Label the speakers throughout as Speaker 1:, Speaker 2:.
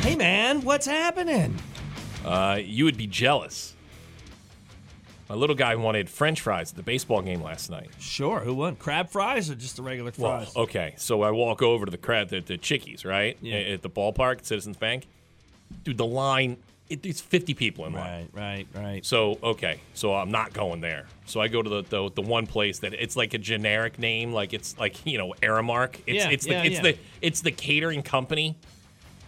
Speaker 1: Hey man, what's happening?
Speaker 2: Uh, you would be jealous. My little guy wanted French fries at the baseball game last night.
Speaker 1: Sure, who won? Crab fries or just the regular
Speaker 2: Well,
Speaker 1: fries?
Speaker 2: okay, so I walk over to the crowd, the, the chickies, right?
Speaker 1: Yeah.
Speaker 2: A- At the ballpark, at Citizens Bank. Dude, the line, it, it's 50 people in line.
Speaker 1: Right, right, right.
Speaker 2: So, okay, so I'm not going there. So I go to the, the, the one place that it's like a generic name, like it's like, you know, Aramark. It's,
Speaker 1: Yeah,
Speaker 2: it's, the,
Speaker 1: yeah,
Speaker 2: it's,
Speaker 1: yeah.
Speaker 2: the, it's the catering company.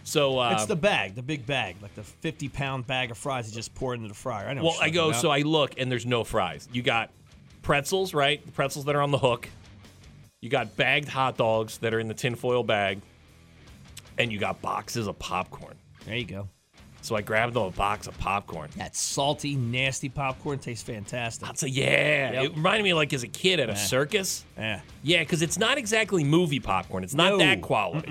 Speaker 2: So, uh,
Speaker 1: It's the bag, the big bag, like the 50 pound bag of fries you just pour into the fryer. I know.
Speaker 2: Well, I go, so I look, and there's no fries. You got pretzels, right? The pretzels that are on the hook. You got bagged hot dogs that are in the tinfoil bag. And you got boxes of popcorn.
Speaker 1: There you go.
Speaker 2: So I grabbed a box of popcorn.
Speaker 1: That salty, nasty popcorn tastes fantastic.
Speaker 2: So yeah,
Speaker 1: Yep.
Speaker 2: it reminded me like as a kid at a circus.
Speaker 1: Yeah.
Speaker 2: Yeah, because it's not exactly movie popcorn. It's not
Speaker 1: No.
Speaker 2: that quality.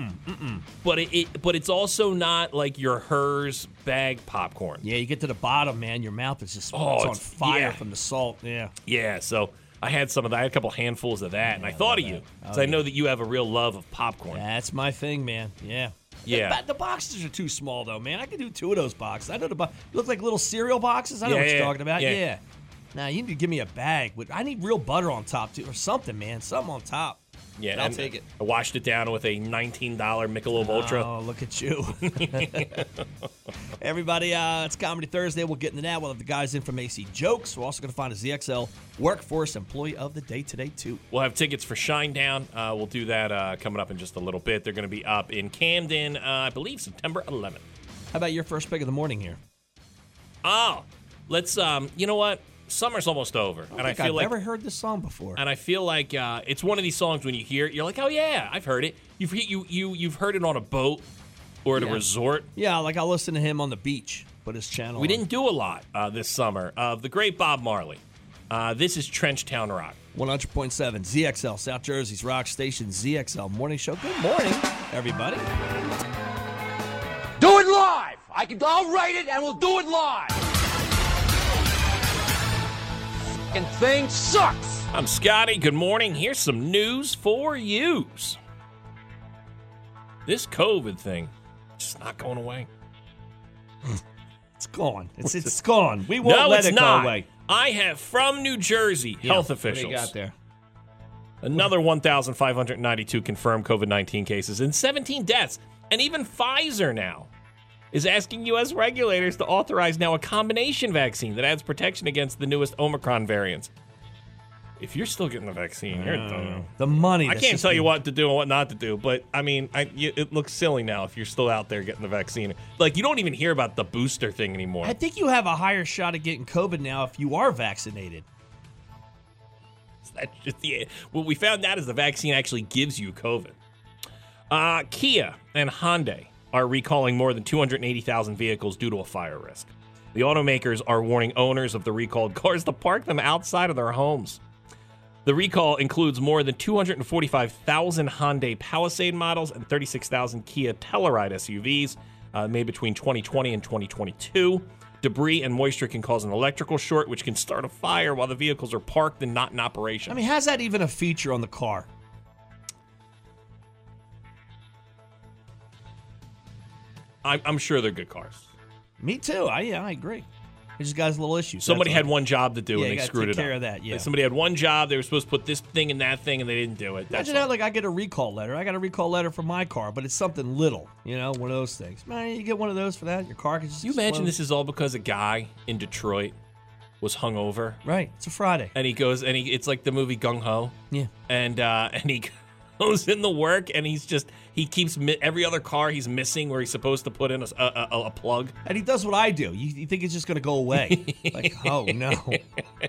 Speaker 2: But it, it, but it's also not like your hers bag popcorn.
Speaker 1: Yeah, you get to the bottom, man. Your mouth is just
Speaker 2: Oh,
Speaker 1: it's on
Speaker 2: it's-
Speaker 1: fire
Speaker 2: yeah.
Speaker 1: from the salt. Yeah.
Speaker 2: Yeah, so I had some of that. I had a couple handfuls of that, and I thought of you
Speaker 1: Oh,
Speaker 2: because I know that you have a real love of popcorn.
Speaker 1: That's my thing, man. Yeah.
Speaker 2: Yeah.
Speaker 1: The, the boxes are too small, though, man. I could do two of those boxes. I know the bo- look like little cereal boxes. I know
Speaker 2: Yeah,
Speaker 1: what you're
Speaker 2: yeah,
Speaker 1: talking about.
Speaker 2: yeah.
Speaker 1: Yeah. Now you need to give me a bag. With, I need real butter on top too, or something, man. Something on top.
Speaker 2: Yeah,
Speaker 1: I'll
Speaker 2: and
Speaker 1: take it.
Speaker 2: I washed it down with a $19 Michelob Ultra.
Speaker 1: Oh, look at you. Everybody, uh, it's Comedy Thursday. We'll get into that. We'll have the guys in from AC Jokes. We're also going to find a ZXL Workforce Employee of the Day today, too.
Speaker 2: We'll have tickets for Shinedown. Uh, we'll do that uh, coming up in just a little bit. They're going to be up in Camden, uh, I believe, September 11th.
Speaker 1: How about your first pick of the morning here?
Speaker 2: Oh, let's. Um, you know what? Summer's almost over, and I
Speaker 1: think
Speaker 2: feel
Speaker 1: I've
Speaker 2: like
Speaker 1: never heard this song before.
Speaker 2: and I feel like uh, it's one of these songs when you hear it, you're like, oh yeah, I've heard it. You've he- you you you've heard it on a boat or at a
Speaker 1: Yeah.
Speaker 2: resort.
Speaker 1: Yeah, like I'll listen to him on the beach, put his channel.
Speaker 2: We
Speaker 1: on.
Speaker 2: didn't do a lot uh, this summer of the great Bob Marley. Uh, this is Trenchtown Rock.
Speaker 1: 100.7 ZXL, South Jersey's rock station, ZXL Morning Show. Good morning, everybody.
Speaker 3: Do it live. I can. I'll write it, and we'll do it live. And thing sucks.
Speaker 2: I'm Scotty. Good morning. Here's some news for yous. This COVID thing, just not going away.
Speaker 1: It's gone. It's it's gone. We won't
Speaker 2: no,
Speaker 1: let
Speaker 2: it's
Speaker 1: it
Speaker 2: not.
Speaker 1: go away.
Speaker 2: I have from New Jersey health officials.
Speaker 1: What do you got there?
Speaker 2: Another 1,592 confirmed COVID 19 cases and 17 deaths. And even Pfizer now is asking U.S. regulators to authorize now a combination vaccine that adds protection against the newest Omicron variants. If you're still getting the vaccine, you're done.
Speaker 1: The money.
Speaker 2: I
Speaker 1: Oh. that's
Speaker 2: can't
Speaker 1: just
Speaker 2: tell you
Speaker 1: been-
Speaker 2: what to do and what not to do, but I mean, I, you, it looks silly now if you're still out there getting the vaccine. Like, you don't even hear about the booster thing anymore.
Speaker 1: I think you have a higher shot at getting COVID now if you are vaccinated.
Speaker 2: That's just the what we found out is the vaccine actually gives you COVID. Uh, Kia and Hyundai are recalling more than 280,000 vehicles due to a fire risk. The automakers are warning owners of the recalled cars to park them outside of their homes. The recall includes more than 245,000 Hyundai Palisade models and 36,000 Kia Telluride SUVs uh, made between 2020 and 2022. Debris and moisture can cause an electrical short, which can start a fire while the vehicles are parked and not in operation.
Speaker 1: I mean, how's that even a feature on the car?
Speaker 2: I'm, I'm sure they're good cars.
Speaker 1: Me too. I yeah, I agree. It just got his little issue.
Speaker 2: Somebody had one job to do
Speaker 1: Yeah, you
Speaker 2: and they
Speaker 1: gotta
Speaker 2: screwed
Speaker 1: take
Speaker 2: it
Speaker 1: care
Speaker 2: up.
Speaker 1: of that, yeah.
Speaker 2: Somebody had one job. They were supposed to put this thing and that thing, and they didn't do it. That's
Speaker 1: Imagine that,
Speaker 2: all.
Speaker 1: like I get a recall letter. I got a recall letter for my car, but it's something little, you know, one of those things. Man, you get one of those for that, your car can just.
Speaker 2: you imagine
Speaker 1: explode.
Speaker 2: this is all because a guy in Detroit was hungover,
Speaker 1: Right. It's a Friday.
Speaker 2: and he goes and he it's like the movie Gung Ho.
Speaker 1: Yeah.
Speaker 2: and uh, and he goes in the work and he's just he keeps mi- every other car he's missing where he's supposed to put in a, s- a- a- a plug.
Speaker 1: And he does what I do. You, you think it's just going to go away. like, oh, no.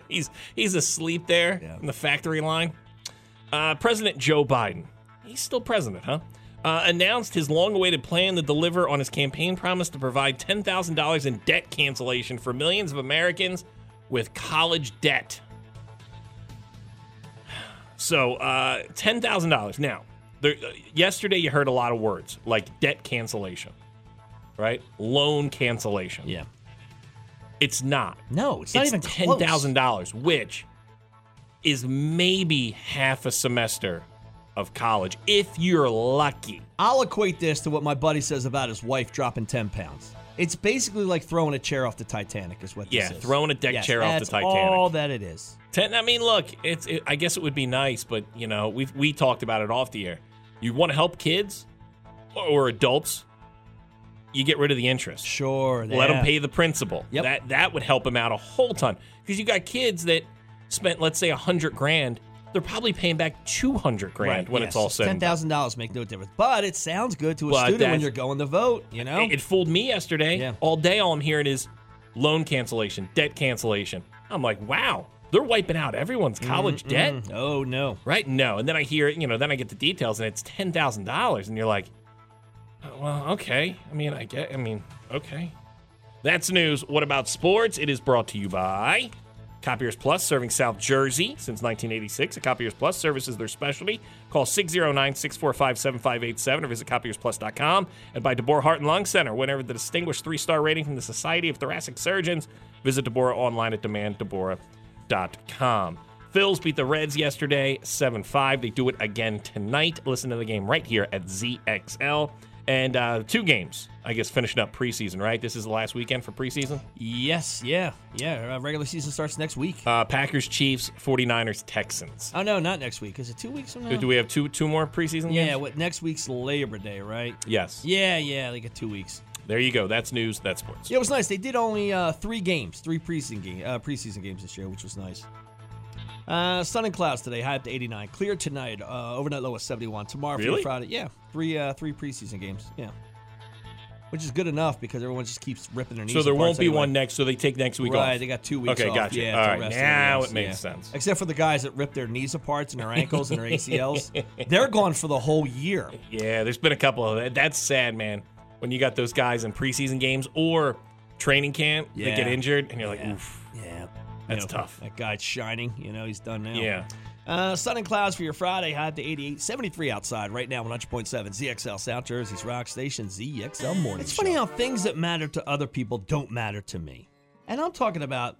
Speaker 2: he's he's asleep there
Speaker 1: Yeah.
Speaker 2: in the factory line. Uh, president Joe Biden, he's still president, huh? Uh, announced his long-awaited plan to deliver on his campaign promise to provide ten thousand dollars in debt cancellation for millions of Americans with college debt. So uh, ten thousand dollars. Now, there, uh, yesterday you heard a lot of words like debt cancellation, right? Loan cancellation.
Speaker 1: Yeah.
Speaker 2: It's not
Speaker 1: No, it's, not even
Speaker 2: ten
Speaker 1: close.
Speaker 2: thousand dollars, which is maybe half a semester of college if you're lucky.
Speaker 1: I'll equate this to what my buddy says about his wife dropping 10 pounds. It's basically like throwing a chair off the Titanic, is what
Speaker 2: Yeah,
Speaker 1: this is.
Speaker 2: throwing a deck
Speaker 1: Yes,
Speaker 2: chair off the
Speaker 1: that's
Speaker 2: Titanic.
Speaker 1: all that it is.
Speaker 2: Ten, I mean, look, it's. It, I guess it would be nice, but you know, we we talked about it off the air. You want to help kids or, or adults, you get rid of the interest.
Speaker 1: Sure.
Speaker 2: Let
Speaker 1: yeah.
Speaker 2: them pay the principal.
Speaker 1: Yep.
Speaker 2: That that would help them out a whole ton because you got kids that spent, let's say, a hundred grand. They're probably paying back two hundred grand
Speaker 1: Right,
Speaker 2: when
Speaker 1: yes.
Speaker 2: it's all said.
Speaker 1: Ten
Speaker 2: and done.
Speaker 1: thousand dollars make no difference, but it sounds good to a
Speaker 2: But
Speaker 1: student when
Speaker 2: that's-
Speaker 1: you're going to vote. You know,
Speaker 2: It, it fooled me yesterday.
Speaker 1: Yeah.
Speaker 2: All day, all I'm hearing is loan cancellation, debt cancellation. I'm like, wow, they're wiping out everyone's college debt,
Speaker 1: oh no,
Speaker 2: right? No. And then I hear it, you know, then I get the details and it's $10,000. And you're like, oh, well, okay. I mean, I get, I mean, okay. That's news. What about sports? It is brought to you by Copiers Plus, serving South Jersey since 1986. A Copiers Plus service is their specialty. Call 609 645 7587 or visit copiersplus.com. And by DeBoer Heart and Lung Center, whenever the distinguished three star rating from the Society of Thoracic Surgeons, visit DeBoer online at demanddebora.com. Phil's beat the Reds yesterday 7 5. They do it again tonight. Listen to the game right here at ZXL. And uh, two games, I guess, finishing up preseason, right? This is the last weekend for preseason.
Speaker 1: yes, yeah, yeah. Uh, regular season starts next week.
Speaker 2: Uh, Packers, Chiefs, 49ers, Texans.
Speaker 1: oh no, not next week. Is it two weeks from now?
Speaker 2: Do we have two two more preseason
Speaker 1: yeah,
Speaker 2: games?
Speaker 1: what next week's Labor Day, right?
Speaker 2: Yes.
Speaker 1: Yeah, yeah, they get two weeks.
Speaker 2: There you go. That's news. That's sports.
Speaker 1: Yeah, it was nice. They did only uh, three games, three preseason game, uh, preseason games this year, which was nice. Uh, sun and clouds today, high up to 89. Clear tonight, uh, overnight low of 71. Tomorrow, through
Speaker 2: Really?
Speaker 1: Friday, yeah, three uh, three preseason games, yeah, which is good enough because everyone just keeps ripping their knees.
Speaker 2: So there
Speaker 1: apart,
Speaker 2: won't be
Speaker 1: anyway.
Speaker 2: one next. So they take next week
Speaker 1: right,
Speaker 2: off.
Speaker 1: they got two weeks.
Speaker 2: Okay,
Speaker 1: off,
Speaker 2: gotcha.
Speaker 1: Yeah,
Speaker 2: All
Speaker 1: to
Speaker 2: right,
Speaker 1: rest
Speaker 2: now
Speaker 1: everyone
Speaker 2: it makes
Speaker 1: else, yeah.
Speaker 2: sense.
Speaker 1: Except for the guys that rip their knees apart and their ankles and their ACLs, they're gone for the whole year.
Speaker 2: yeah, there's been a couple of that. That's sad, man. When you got those guys in preseason games or training camp,
Speaker 1: Yeah.
Speaker 2: they get injured, and you're like,
Speaker 1: Yeah.
Speaker 2: oof.
Speaker 1: Yeah,
Speaker 2: That's tough.
Speaker 1: That guy's shining. You know, he's done now.
Speaker 2: Yeah.
Speaker 1: Uh, sun and clouds for your Friday. High to 88, 73 outside right now. 100.7 ZXL South Jersey's Rock Station ZXL Morning. It's funny how things that matter to other people don't matter to me, and I'm talking about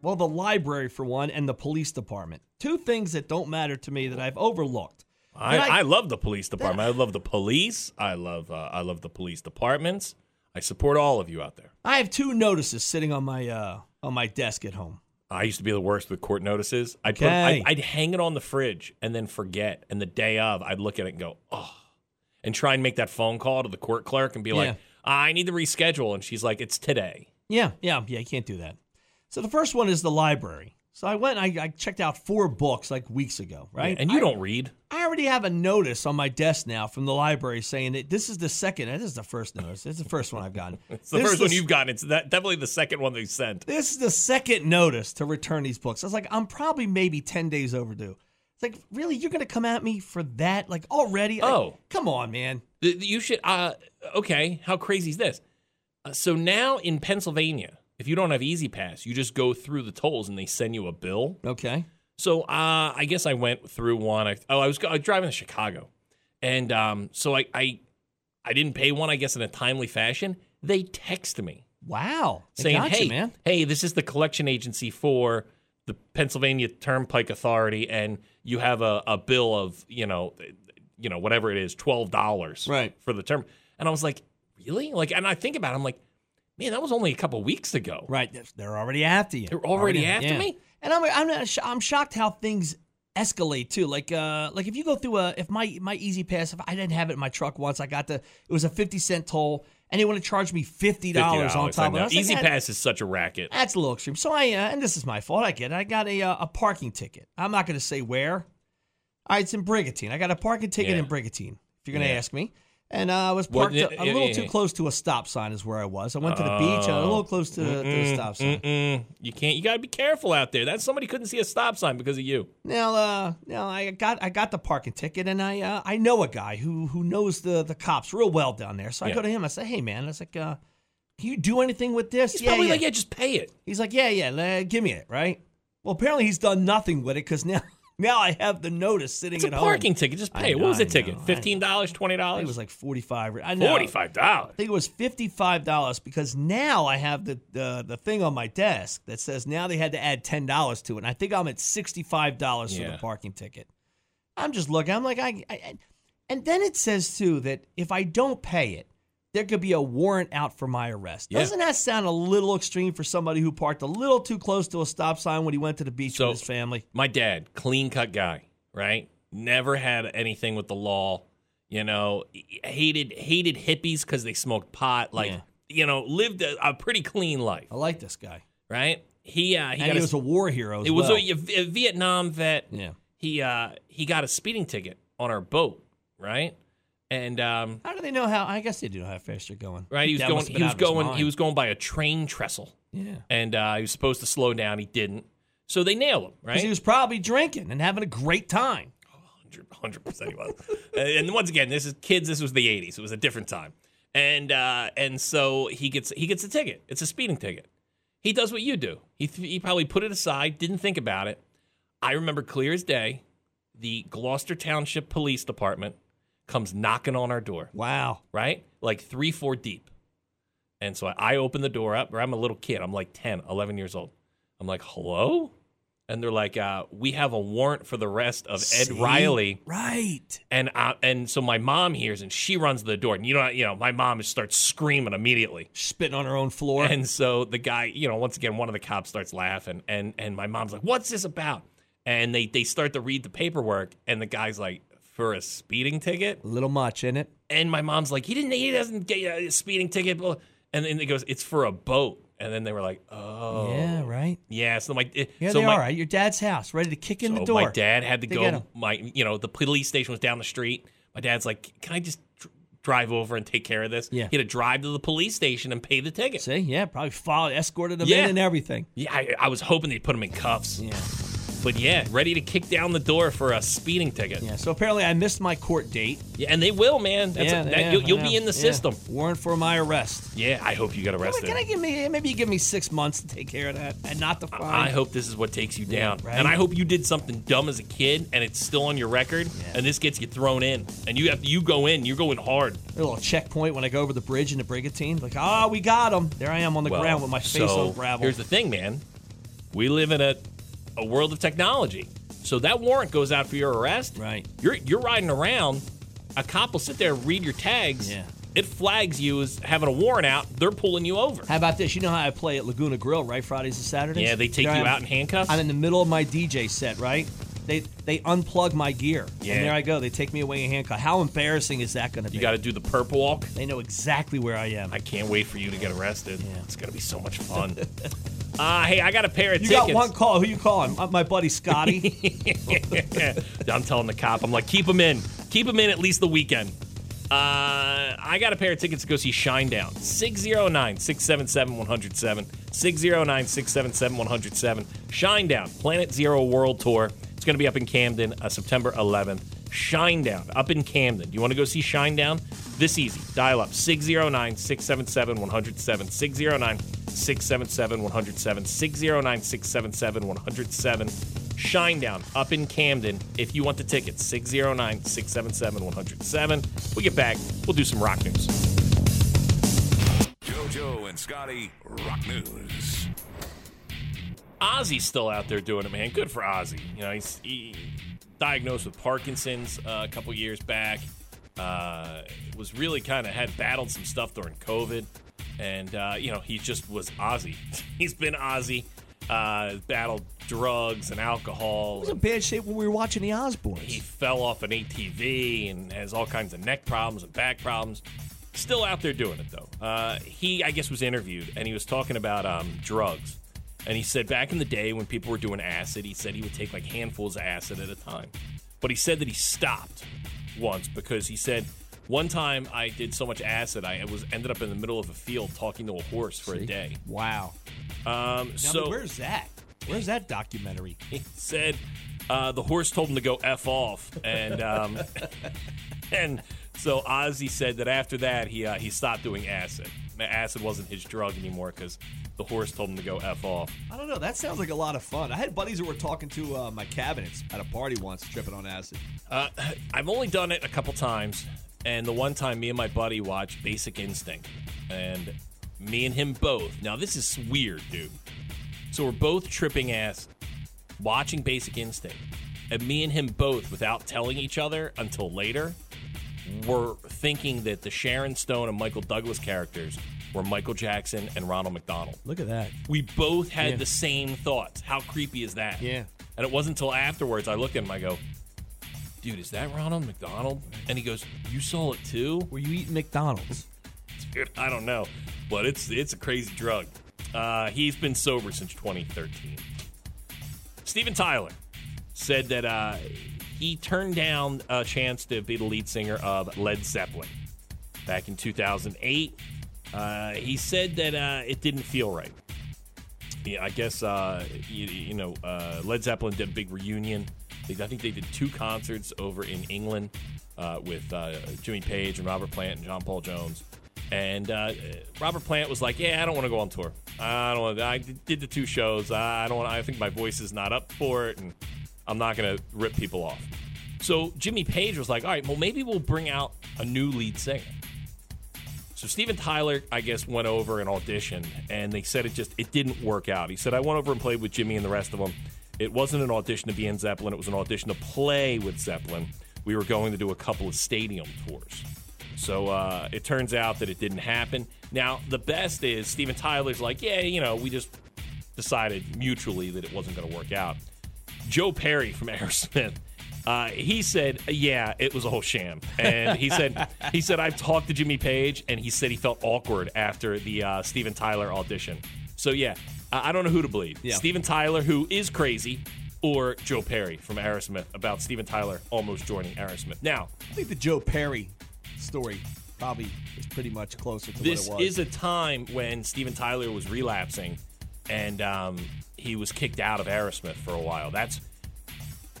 Speaker 1: well the library for one and the police department. Two things that don't matter to me that I've overlooked.
Speaker 2: I,
Speaker 1: That
Speaker 2: I, love the police department. I love the police. I love uh, I love the police departments. I support all of you out there.
Speaker 1: I have two notices sitting on my uh, on my desk at home.
Speaker 2: I used to be the worst with court notices. I'd, put,
Speaker 1: Okay.
Speaker 2: I'd, I'd hang it on the fridge and then forget. And the day of, I'd look at it and go, oh, and try and make that phone call to the court clerk and be
Speaker 1: Yeah.
Speaker 2: like, I need to reschedule. And she's like, it's today.
Speaker 1: Yeah, yeah, yeah. You can't do that. So the first one is the library. So I went. and I, I checked out four books like weeks ago, right?
Speaker 2: And you don't read.
Speaker 1: I already have a notice on my desk now from the library saying that this is the second. This is the first notice. This is the first one I've gotten.
Speaker 2: It's the
Speaker 1: This
Speaker 2: first
Speaker 1: is
Speaker 2: one you've gotten. It's that, definitely the second one they sent.
Speaker 1: This is the second notice to return these books. I was like, I'm probably maybe ten days overdue. It's like, really, you're gonna come at me for that? Like already? Like,
Speaker 2: Oh.
Speaker 1: come on, man.
Speaker 2: Th- You should, uh, okay, how crazy is this? Uh, so now in Pennsylvania, if you don't have Easy Pass, you just go through the tolls and they send you a bill.
Speaker 1: Okay.
Speaker 2: So uh, I guess I went through one. I, oh, I was, go- I was driving to Chicago, and um, so I, I I didn't pay one. I guess in a timely fashion. They text me
Speaker 1: Wow. They
Speaker 2: saying,
Speaker 1: got
Speaker 2: "Hey,
Speaker 1: you, man.
Speaker 2: hey, this is the collection agency for the Pennsylvania Turnpike Authority, and you have a, a bill of you know, you know whatever it is, twelve dollars
Speaker 1: Right.
Speaker 2: for the term." And I was like, "Really?" Like, and I think about, it, I'm like, "Man, that was only a couple weeks ago."
Speaker 1: Right. they're- They're already after you.
Speaker 2: They're already after me?
Speaker 1: And I'm I'm not sh- I'm shocked how things escalate too. Like uh like if you go through a if my my easy pass if I didn't have it in my truck once I got the it was a 50 cent toll and and they want to charge me $50, on top of
Speaker 2: I know.
Speaker 1: that. I was like,
Speaker 2: Easy
Speaker 1: "That-
Speaker 2: Pass is such a racket.
Speaker 1: That's a little extreme. So I, uh, and this is my fault. I get it. I got a uh, a parking ticket. I'm not going to say where. All right, it's in Brigantine. I got a parking ticket
Speaker 2: Yeah.
Speaker 1: in Brigantine. If you're going to
Speaker 2: Yeah.
Speaker 1: ask me, and uh, I was
Speaker 2: Well,
Speaker 1: parked
Speaker 2: yeah,
Speaker 1: a, a
Speaker 2: yeah,
Speaker 1: little
Speaker 2: yeah,
Speaker 1: too
Speaker 2: yeah. Oh.
Speaker 1: close to a stop sign. Is where I was. I went to the beach. and a little close to, the- to the stop sign.
Speaker 2: Mm-mm. Mm, You can't. You gotta be careful out there. That somebody couldn't see a stop sign because of you.
Speaker 1: Now, uh, now I got I got the parking ticket, and I uh, I know a guy who who knows the the cops real well down there. So I
Speaker 2: Yeah.
Speaker 1: go to him. I say, hey man, I was like, uh, can you do anything with this?
Speaker 2: He's probably like, yeah, just pay it.
Speaker 1: He's like, yeah, yeah, le- give me it, right? Well, apparently he's done nothing with it because now, now I have the notice sitting
Speaker 2: It's a
Speaker 1: at home.
Speaker 2: parking ticket. Just
Speaker 1: I
Speaker 2: pay it.
Speaker 1: know,
Speaker 2: What was
Speaker 1: I
Speaker 2: the ticket?
Speaker 1: know, I
Speaker 2: Fifteen dollars, twenty
Speaker 1: I think It
Speaker 2: dollars,
Speaker 1: was like forty-five. I know.
Speaker 2: forty-five dollars.
Speaker 1: I think it was fifty-five dollars because now I have the, the the thing on my desk that says now they had to add ten dollars to it. And I think I'm at sixty-five dollars for
Speaker 2: Yeah.
Speaker 1: the parking ticket. I'm just looking. I'm like, I, I- I, and then it says too that if I don't pay it, there could be a warrant out for my arrest.
Speaker 2: Yeah.
Speaker 1: Doesn't that sound a little extreme for somebody who parked a little too close to a stop sign when he went to the beach
Speaker 2: So-
Speaker 1: with his family?
Speaker 2: my dad, clean cut guy, right? Never had anything with the law. You know, hated hated hippies because they smoked pot. Like,
Speaker 1: Yeah.
Speaker 2: you know, lived a, a pretty clean life,
Speaker 1: I like this guy.
Speaker 2: right? He uh,
Speaker 1: and
Speaker 2: he got
Speaker 1: he
Speaker 2: a-
Speaker 1: was a war hero. As
Speaker 2: it was
Speaker 1: well.
Speaker 2: a, a Vietnam vet.
Speaker 1: yeah.
Speaker 2: He uh he got a speeding ticket on our boat, right? And um
Speaker 1: How do they know how? I guess they do know how fast you're going.
Speaker 2: right, he was
Speaker 1: That
Speaker 2: going
Speaker 1: must have been
Speaker 2: he was
Speaker 1: out of his
Speaker 2: going he
Speaker 1: mind.
Speaker 2: was going by a train trestle,
Speaker 1: yeah.
Speaker 2: and uh, he was supposed to slow down. He didn't, so they nail him, right?
Speaker 1: Because he was probably drinking and having a great time.
Speaker 2: hundred percent he was. and once again, this is kids. This was the eighties. It was a different time. And uh, and so he gets he gets a ticket. It's a speeding ticket. He does what you do. He he probably put it aside, didn't think about it. I remember clear as day, the Gloucester Township Police Department comes knocking on our door
Speaker 1: Wow.
Speaker 2: right? Like three, four deep. And so I, I open the door up, or I'm a little kid. I'm like 10, 11 years old. I'm like, hello? And they're like, uh, we have a warrant for the rest of Ed
Speaker 1: See?
Speaker 2: Riley.
Speaker 1: Right.
Speaker 2: And uh, and so my mom hears and she runs to the door. And you know, you know, my mom starts screaming immediately.
Speaker 1: Spitting on her own floor.
Speaker 2: And so the guy, you know, once again, one of the cops starts laughing, and and my mom's like, "What's this about?" And they they start to read the paperwork, and the guy's like, "For a speeding ticket."
Speaker 1: a little much, isn't it?
Speaker 2: and my mom's like, he didn't, he doesn't get a speeding ticket. blah. And then it goes, it's for a boat. And then they were like, oh,
Speaker 1: Yeah, right.
Speaker 2: yeah. So my, it-
Speaker 1: Here
Speaker 2: so
Speaker 1: they
Speaker 2: my,
Speaker 1: are at your dad's house, ready to kick in
Speaker 2: so
Speaker 1: the door.
Speaker 2: my dad had to
Speaker 1: They get 'em.
Speaker 2: go. My, you know, the police station was down the street. My dad's like, can I just dr- drive over and take care of this?
Speaker 1: Yeah.
Speaker 2: He had to drive to the police station and pay the ticket.
Speaker 1: See, yeah, probably followed, escorted him
Speaker 2: Yeah.
Speaker 1: in and everything.
Speaker 2: Yeah, I, I was hoping they'd put him in cuffs.
Speaker 1: Yeah.
Speaker 2: But yeah, ready to kick down the door for a speeding ticket.
Speaker 1: Yeah. So apparently, I missed my court date.
Speaker 2: Yeah, and they will, man. That's
Speaker 1: yeah,
Speaker 2: a, that,
Speaker 1: yeah,
Speaker 2: you'll you'll
Speaker 1: I
Speaker 2: be
Speaker 1: know.
Speaker 2: in the
Speaker 1: Yeah.
Speaker 2: system.
Speaker 1: Warrant for my arrest.
Speaker 2: Yeah, I hope you got
Speaker 1: Can I-
Speaker 2: arrested.
Speaker 1: Can I give me maybe you give me six months to take care of that and not the fine?
Speaker 2: I hope this is what takes you down.
Speaker 1: right.
Speaker 2: And I hope you did something dumb as a kid and it's still on your record and this gets you thrown in. And you have you go in, you're going hard.
Speaker 1: a little checkpoint when I go over the bridge in the Brigantine. Like, ah, we got him. There I am on the
Speaker 2: Well,
Speaker 1: ground with my face
Speaker 2: so
Speaker 1: on gravel.
Speaker 2: Here's the thing, man. We live in a a world of technology. So that warrant goes out for your arrest.
Speaker 1: Right.
Speaker 2: You're you're riding around, a cop will sit there and read your tags.
Speaker 1: Yeah.
Speaker 2: It flags you as having a warrant out. They're pulling you over.
Speaker 1: How about this? You know how I play at Laguna Grill, right? Fridays and Saturdays.
Speaker 2: Yeah, they take
Speaker 1: There
Speaker 2: you
Speaker 1: I'm-
Speaker 2: out in handcuffs.
Speaker 1: I'm in the middle of my DJ set, right? They they unplug my gear,
Speaker 2: Yeah.
Speaker 1: and there I go. They take me away in handcuffs. How embarrassing is that going to be?
Speaker 2: you got to do the purple walk.
Speaker 1: They know exactly where I am.
Speaker 2: I can't wait for you to get arrested. It's gonna be so much fun. uh, hey, I got a pair of
Speaker 1: you
Speaker 2: tickets.
Speaker 1: got one call. Who you calling? Uh, My buddy Scotty.
Speaker 2: I'm telling the cop. I'm like, keep him in. Keep him in at least the weekend. Uh, I got a pair of tickets to go see Shinedown. 609-677-107. 609-677-107. Shinedown, Planet Zero World Tour. It's going to be up in Camden, uh, September 11th. Shinedown, up in Camden. Do you want to go see Shinedown? This easy. Dial up 609-677-107. 609-677-107. 609-677-107. Shinedown up in Camden. If you want the tickets, 609 677 107. We get back. We'll do some rock news.
Speaker 4: JoJo and Scotty Rock News.
Speaker 2: Ozzy's still out there doing it, man. Good for Ozzy. You know, he's he diagnosed with Parkinson's uh, a couple years back. Uh, was really kind of had battled some stuff during COVID. And, uh, you know, he just was Ozzy. he's been Ozzy. Uh, battled drugs and alcohol.
Speaker 1: was in bad shape when we were watching the Osbournes.
Speaker 2: he fell off an ATV and has all kinds of neck problems and back problems. Still out there doing it though. Uh, he, I guess, was interviewed and he was talking about um, drugs. And he said back in the day when people were doing acid, he said he would take like handfuls of acid at a time. But he said that he stopped once because he said one time I did so much acid I was ended up in the middle of a field talking to a horse for a day.
Speaker 1: Wow.
Speaker 2: Um,
Speaker 1: Now,
Speaker 2: so
Speaker 1: where's that? Where's that documentary?
Speaker 2: he said uh, the horse told him to go f off, and um, and so Ozzy said that after that he uh, he stopped doing acid. Now, acid wasn't his drug anymore because the horse told him to go f off.
Speaker 1: I don't know. That sounds like a lot of fun. I had buddies that were talking to uh, my cabinets at a party once, tripping on acid.
Speaker 2: Uh, I've only done it a couple times, and the one time me and my buddy watched Basic Instinct, and me and him both. Now this is weird, dude. So we're both tripping ass watching Basic Instinct, and me and him both, without telling each other until later, were thinking that the Sharon Stone and Michael Douglas characters were Michael Jackson and Ronald McDonald.
Speaker 1: Look at that.
Speaker 2: We both had
Speaker 1: Yeah.
Speaker 2: the same thoughts. How creepy is that?
Speaker 1: Yeah.
Speaker 2: And it wasn't until afterwards I look at him, I go, dude, is that Ronald McDonald? And he goes, you saw it too?
Speaker 1: Were you eating McDonald's?
Speaker 2: Dude, I don't know, but it's it's a crazy drug. Uh, he's been sober since 2013. Steven Tyler said that uh, he turned down a chance to be the lead singer of Led Zeppelin back in 2008. Uh, he said that uh, it didn't feel right. Yeah, I guess uh, you, you know uh, Led Zeppelin did a big reunion. They, I think they did two concerts over in England uh, with uh, Jimmy Page and Robert Plant and John Paul Jones. And uh, Robert Plant was like, "Yeah, I don't want to go on tour. I don't. Wanna, I did the two shows. I don't. Wanna, I think my voice is not up for it, and I'm not going to rip people off." So Jimmy Page was like, "All right, well maybe we'll bring out a new lead singer." So Steven Tyler, I guess, went over and auditioned, and they said it just it didn't work out. He said I went over and played with Jimmy and the rest of them. It wasn't an audition to be in Zeppelin; it was an audition to play with Zeppelin. We were going to do a couple of stadium tours. So uh, it turns out that it didn't happen. Now the best is Steven Tyler's like, yeah, you know, we just decided mutually that it wasn't going to work out. Joe Perry from Aerosmith. Uh, he said, "Yeah, it was a whole sham." And he said, "He said I've talked to Jimmy Page, and he said he felt awkward after the uh, Steven Tyler audition." So yeah, I, I don't know who to believe:
Speaker 1: Yeah.
Speaker 2: Steven Tyler, who is crazy, or Joe Perry from Aerosmith about Steven Tyler almost joining Aerosmith. Now,
Speaker 1: I think the Joe Perry story probably is pretty much closer to
Speaker 2: this
Speaker 1: what it was.
Speaker 2: is a time when Steven Tyler was relapsing, and um, he was kicked out of Aerosmith for a while. That's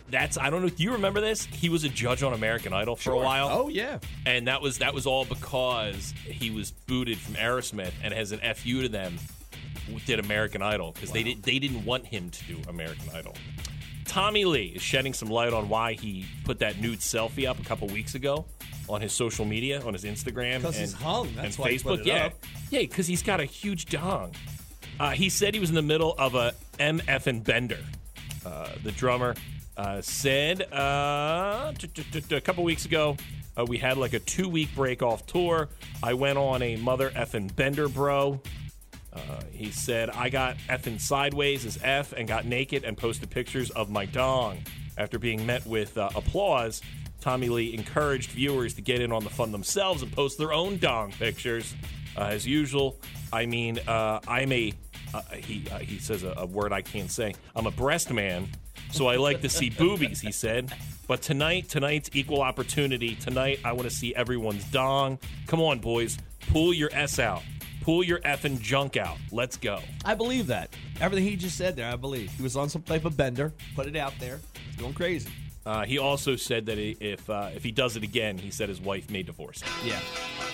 Speaker 2: that's I don't know. Do you remember this? He was a judge on American Idol for a while.
Speaker 1: Oh yeah.
Speaker 2: and that was that was all because he was booted from Aerosmith and as an fu to them did American Idol because they did they didn't want him to do American Idol. Tommy Lee is shedding some light on why he put that nude selfie up a couple weeks ago on his social media on his Instagram
Speaker 1: 'Cause he's
Speaker 2: and-
Speaker 1: hung, that's
Speaker 2: and
Speaker 1: why he
Speaker 2: Facebook.
Speaker 1: put it
Speaker 2: yeah,
Speaker 1: up.
Speaker 2: yeah, because he's got a huge dong. Uh, he said he was in the middle of a MF and Bender. Uh, the drummer uh, said uh, t- t- t- t- a couple weeks ago. Uh, we had like a two week break off tour. I went on a mother effing bender, bro. Uh, he said, I got effing sideways as F and got naked and posted pictures of my dong. After being met with uh, applause, Tommy Lee encouraged viewers to get in on the fun themselves and post their own dong pictures. Uh, as usual, I mean, uh, I'm a, uh, he, uh, he says a, a word I can't say. I'm a breast man, so I like to see boobies, he said. But tonight, tonight's equal opportunity. Tonight, I want to see everyone's dong. Come on, boys, pull your S out. Pull your effing junk out. Let's go.
Speaker 1: I believe that. Everything he just said there, I believe. He was on some type of bender, put it out there. He's going crazy.
Speaker 2: Uh, he also said that i- if uh, if he does it again, he said his wife may divorce him.
Speaker 1: Yeah.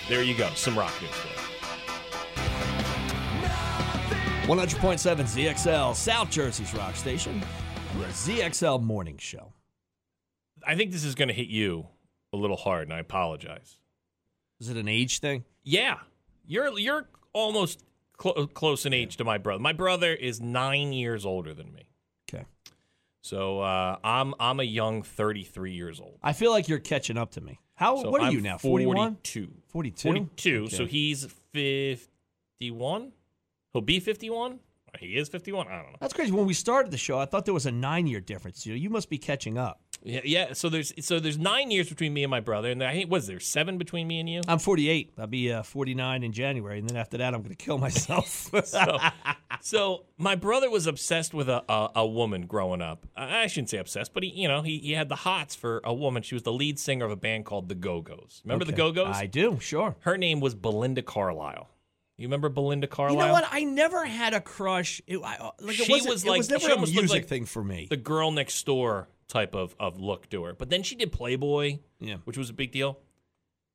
Speaker 2: There you go. Some rock news. there.
Speaker 1: 100.7 ZXL, South Jersey's rock station. The ZXL Morning Show.
Speaker 2: I think this is going to hit you a little hard, and I apologize.
Speaker 1: Is it an age thing?
Speaker 2: Yeah, you're you're almost clo- close in age to my brother. My brother is nine years older than me,
Speaker 1: Okay.
Speaker 2: so uh, I'm I'm a young 33 years old.
Speaker 1: I feel like you're catching up to me. How?
Speaker 2: So
Speaker 1: Oh, what are
Speaker 2: I'm
Speaker 1: you now? 41?
Speaker 2: 42.
Speaker 1: 42?
Speaker 2: 42. So
Speaker 1: Okay.
Speaker 2: he's 51. He'll be 51. He is 51. I don't know.
Speaker 1: That's crazy. When we started the show, I thought there was a nine year difference. You, you must be catching up.
Speaker 2: Yeah, yeah. So there's so there's nine years between me and my brother, and I think was there seven between me and you.
Speaker 5: I'm 48. I'll be uh, 49 in January, and then after that, I'm going to kill myself. Ah.
Speaker 2: So my brother was obsessed with a, a, a woman growing up. I I shouldn't say obsessed, but he you know he, he had the hots for a woman. She was the lead singer of a band called the Go Go's. Remember the Go Go's?
Speaker 5: I do, sure.
Speaker 2: Her name was Belinda Carlisle. You remember Belinda Carlisle?
Speaker 5: You know what? I never had a crush. It, I, uh, like, it
Speaker 2: She
Speaker 5: wasn't-
Speaker 2: was
Speaker 5: it
Speaker 2: like-
Speaker 5: was never
Speaker 2: she
Speaker 5: a
Speaker 2: almost looked
Speaker 5: music
Speaker 2: like
Speaker 5: thing for me.
Speaker 2: the girl next door type of, of look to her. But then she did Playboy,
Speaker 5: Yeah.
Speaker 2: which was a big deal.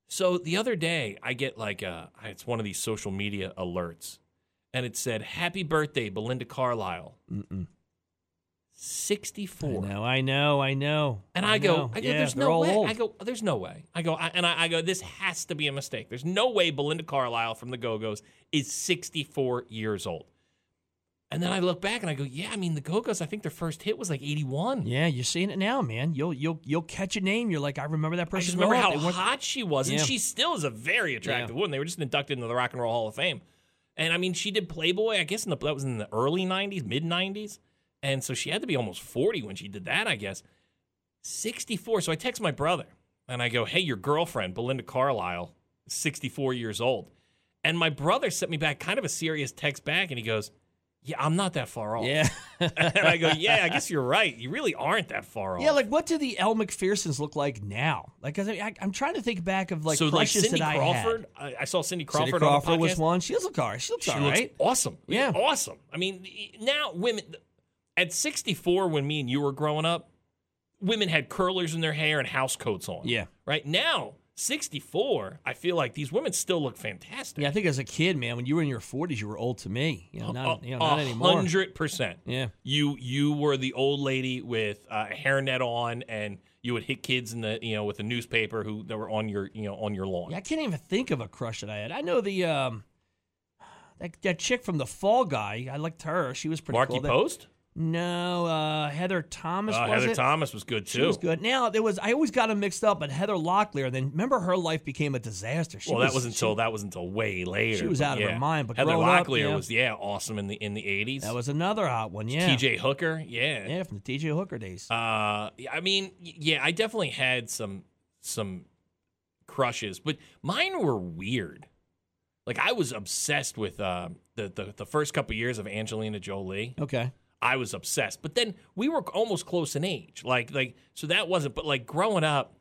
Speaker 2: So the other day, I get like a, it's one of these social media alerts, and it said, "Happy birthday, Belinda Carlisle,
Speaker 5: Mm-mm. I
Speaker 2: 64."
Speaker 5: know, I know, I know.
Speaker 2: And I, go,
Speaker 5: know.
Speaker 2: I go,
Speaker 5: Yeah,
Speaker 2: there's
Speaker 5: they're
Speaker 2: no
Speaker 5: all
Speaker 2: way.
Speaker 5: old.
Speaker 2: I go, there's no way. I go, I, and I, I go, this has to be a mistake. There's no way Belinda Carlisle from the Go Go's is 64 years old. And then I look back and I go, yeah, I mean, the Go Go's, I think their first hit was like 81.
Speaker 5: Yeah, you're seeing it now, man. You'll you'll you'll catch a name. You're like, I remember that
Speaker 2: I
Speaker 5: person.
Speaker 2: just remember
Speaker 5: growing up.
Speaker 2: how
Speaker 5: They weren't-
Speaker 2: hot she was, and
Speaker 5: Yeah.
Speaker 2: she still is a very attractive woman. They were just inducted into the Rock and Roll Hall of Fame, and I mean, she did Playboy. I guess in the that was in the early '90s, mid '90s, and so she had to be almost 40 when she did that. I guess 64. So I text my brother and I go, "Hey, your girlfriend Belinda Carlisle, is 64 years old," and my brother sent me back kind of a serious text back, and he goes, "Yeah, I'm not that far off."
Speaker 5: Yeah.
Speaker 2: and I go, "Yeah, I guess you're right. You really aren't that far off."
Speaker 5: Yeah, like what do the L McPherson's look like now? Like, 'cause I, I, I'm trying to think back of like
Speaker 2: so like
Speaker 5: crushes
Speaker 2: Cindy
Speaker 5: that I
Speaker 2: Crawford,
Speaker 5: had.
Speaker 2: I, I saw Cindy Crawford.
Speaker 5: Cindy
Speaker 2: on the
Speaker 5: Crawford was
Speaker 2: podcast.
Speaker 5: one. She looks like her. She looks
Speaker 2: She
Speaker 5: all
Speaker 2: looks
Speaker 5: right.
Speaker 2: awesome.
Speaker 5: Yeah.
Speaker 2: awesome. I mean, now women at 64, when me and you were growing up, women had curlers in their hair and house coats on.
Speaker 5: Yeah.
Speaker 2: right now. 64, I feel like these women still look fantastic.
Speaker 5: Yeah, I think as a kid, man, when you were in your 40s, you were old to me. You know, not, you know, not
Speaker 2: A
Speaker 5: anymore.
Speaker 2: hundred percent.
Speaker 5: Yeah.
Speaker 2: you you were the old lady with uh, a hairnet on, and you would hit kids in the you know with the newspaper who that were on your you know on your lawn.
Speaker 5: Yeah, I can't even think of a crush that I had. I know the um, that, that chick from the Fall Guy. I liked her. She was pretty
Speaker 2: Marky
Speaker 5: cool. That-
Speaker 2: Post,
Speaker 5: No, uh, Heather Thomas.
Speaker 2: Uh,
Speaker 5: was
Speaker 2: Heather
Speaker 5: it?
Speaker 2: Thomas was good too.
Speaker 5: She was good. Now there was I always got them mixed up, but Heather Locklear. Then remember her life became a disaster. She
Speaker 2: well, that was
Speaker 5: she-
Speaker 2: until that was until way later.
Speaker 5: she was
Speaker 2: but
Speaker 5: out of her
Speaker 2: yeah.
Speaker 5: mind, but
Speaker 2: Heather
Speaker 5: growing up,
Speaker 2: Locklear
Speaker 5: yeah.
Speaker 2: was yeah awesome in the in the eighties.
Speaker 5: that was another hot one. Yeah,
Speaker 2: T.J. Hooker, yeah.
Speaker 5: yeah, from the TJ Hooker days.
Speaker 2: Uh, I mean, y- yeah, I definitely had some some crushes, but mine were weird. Like I was obsessed with uh, the, the the first couple years of Angelina Jolie.
Speaker 5: okay,
Speaker 2: I was obsessed. But then we were almost close in age. Like like so that wasn't but like growing up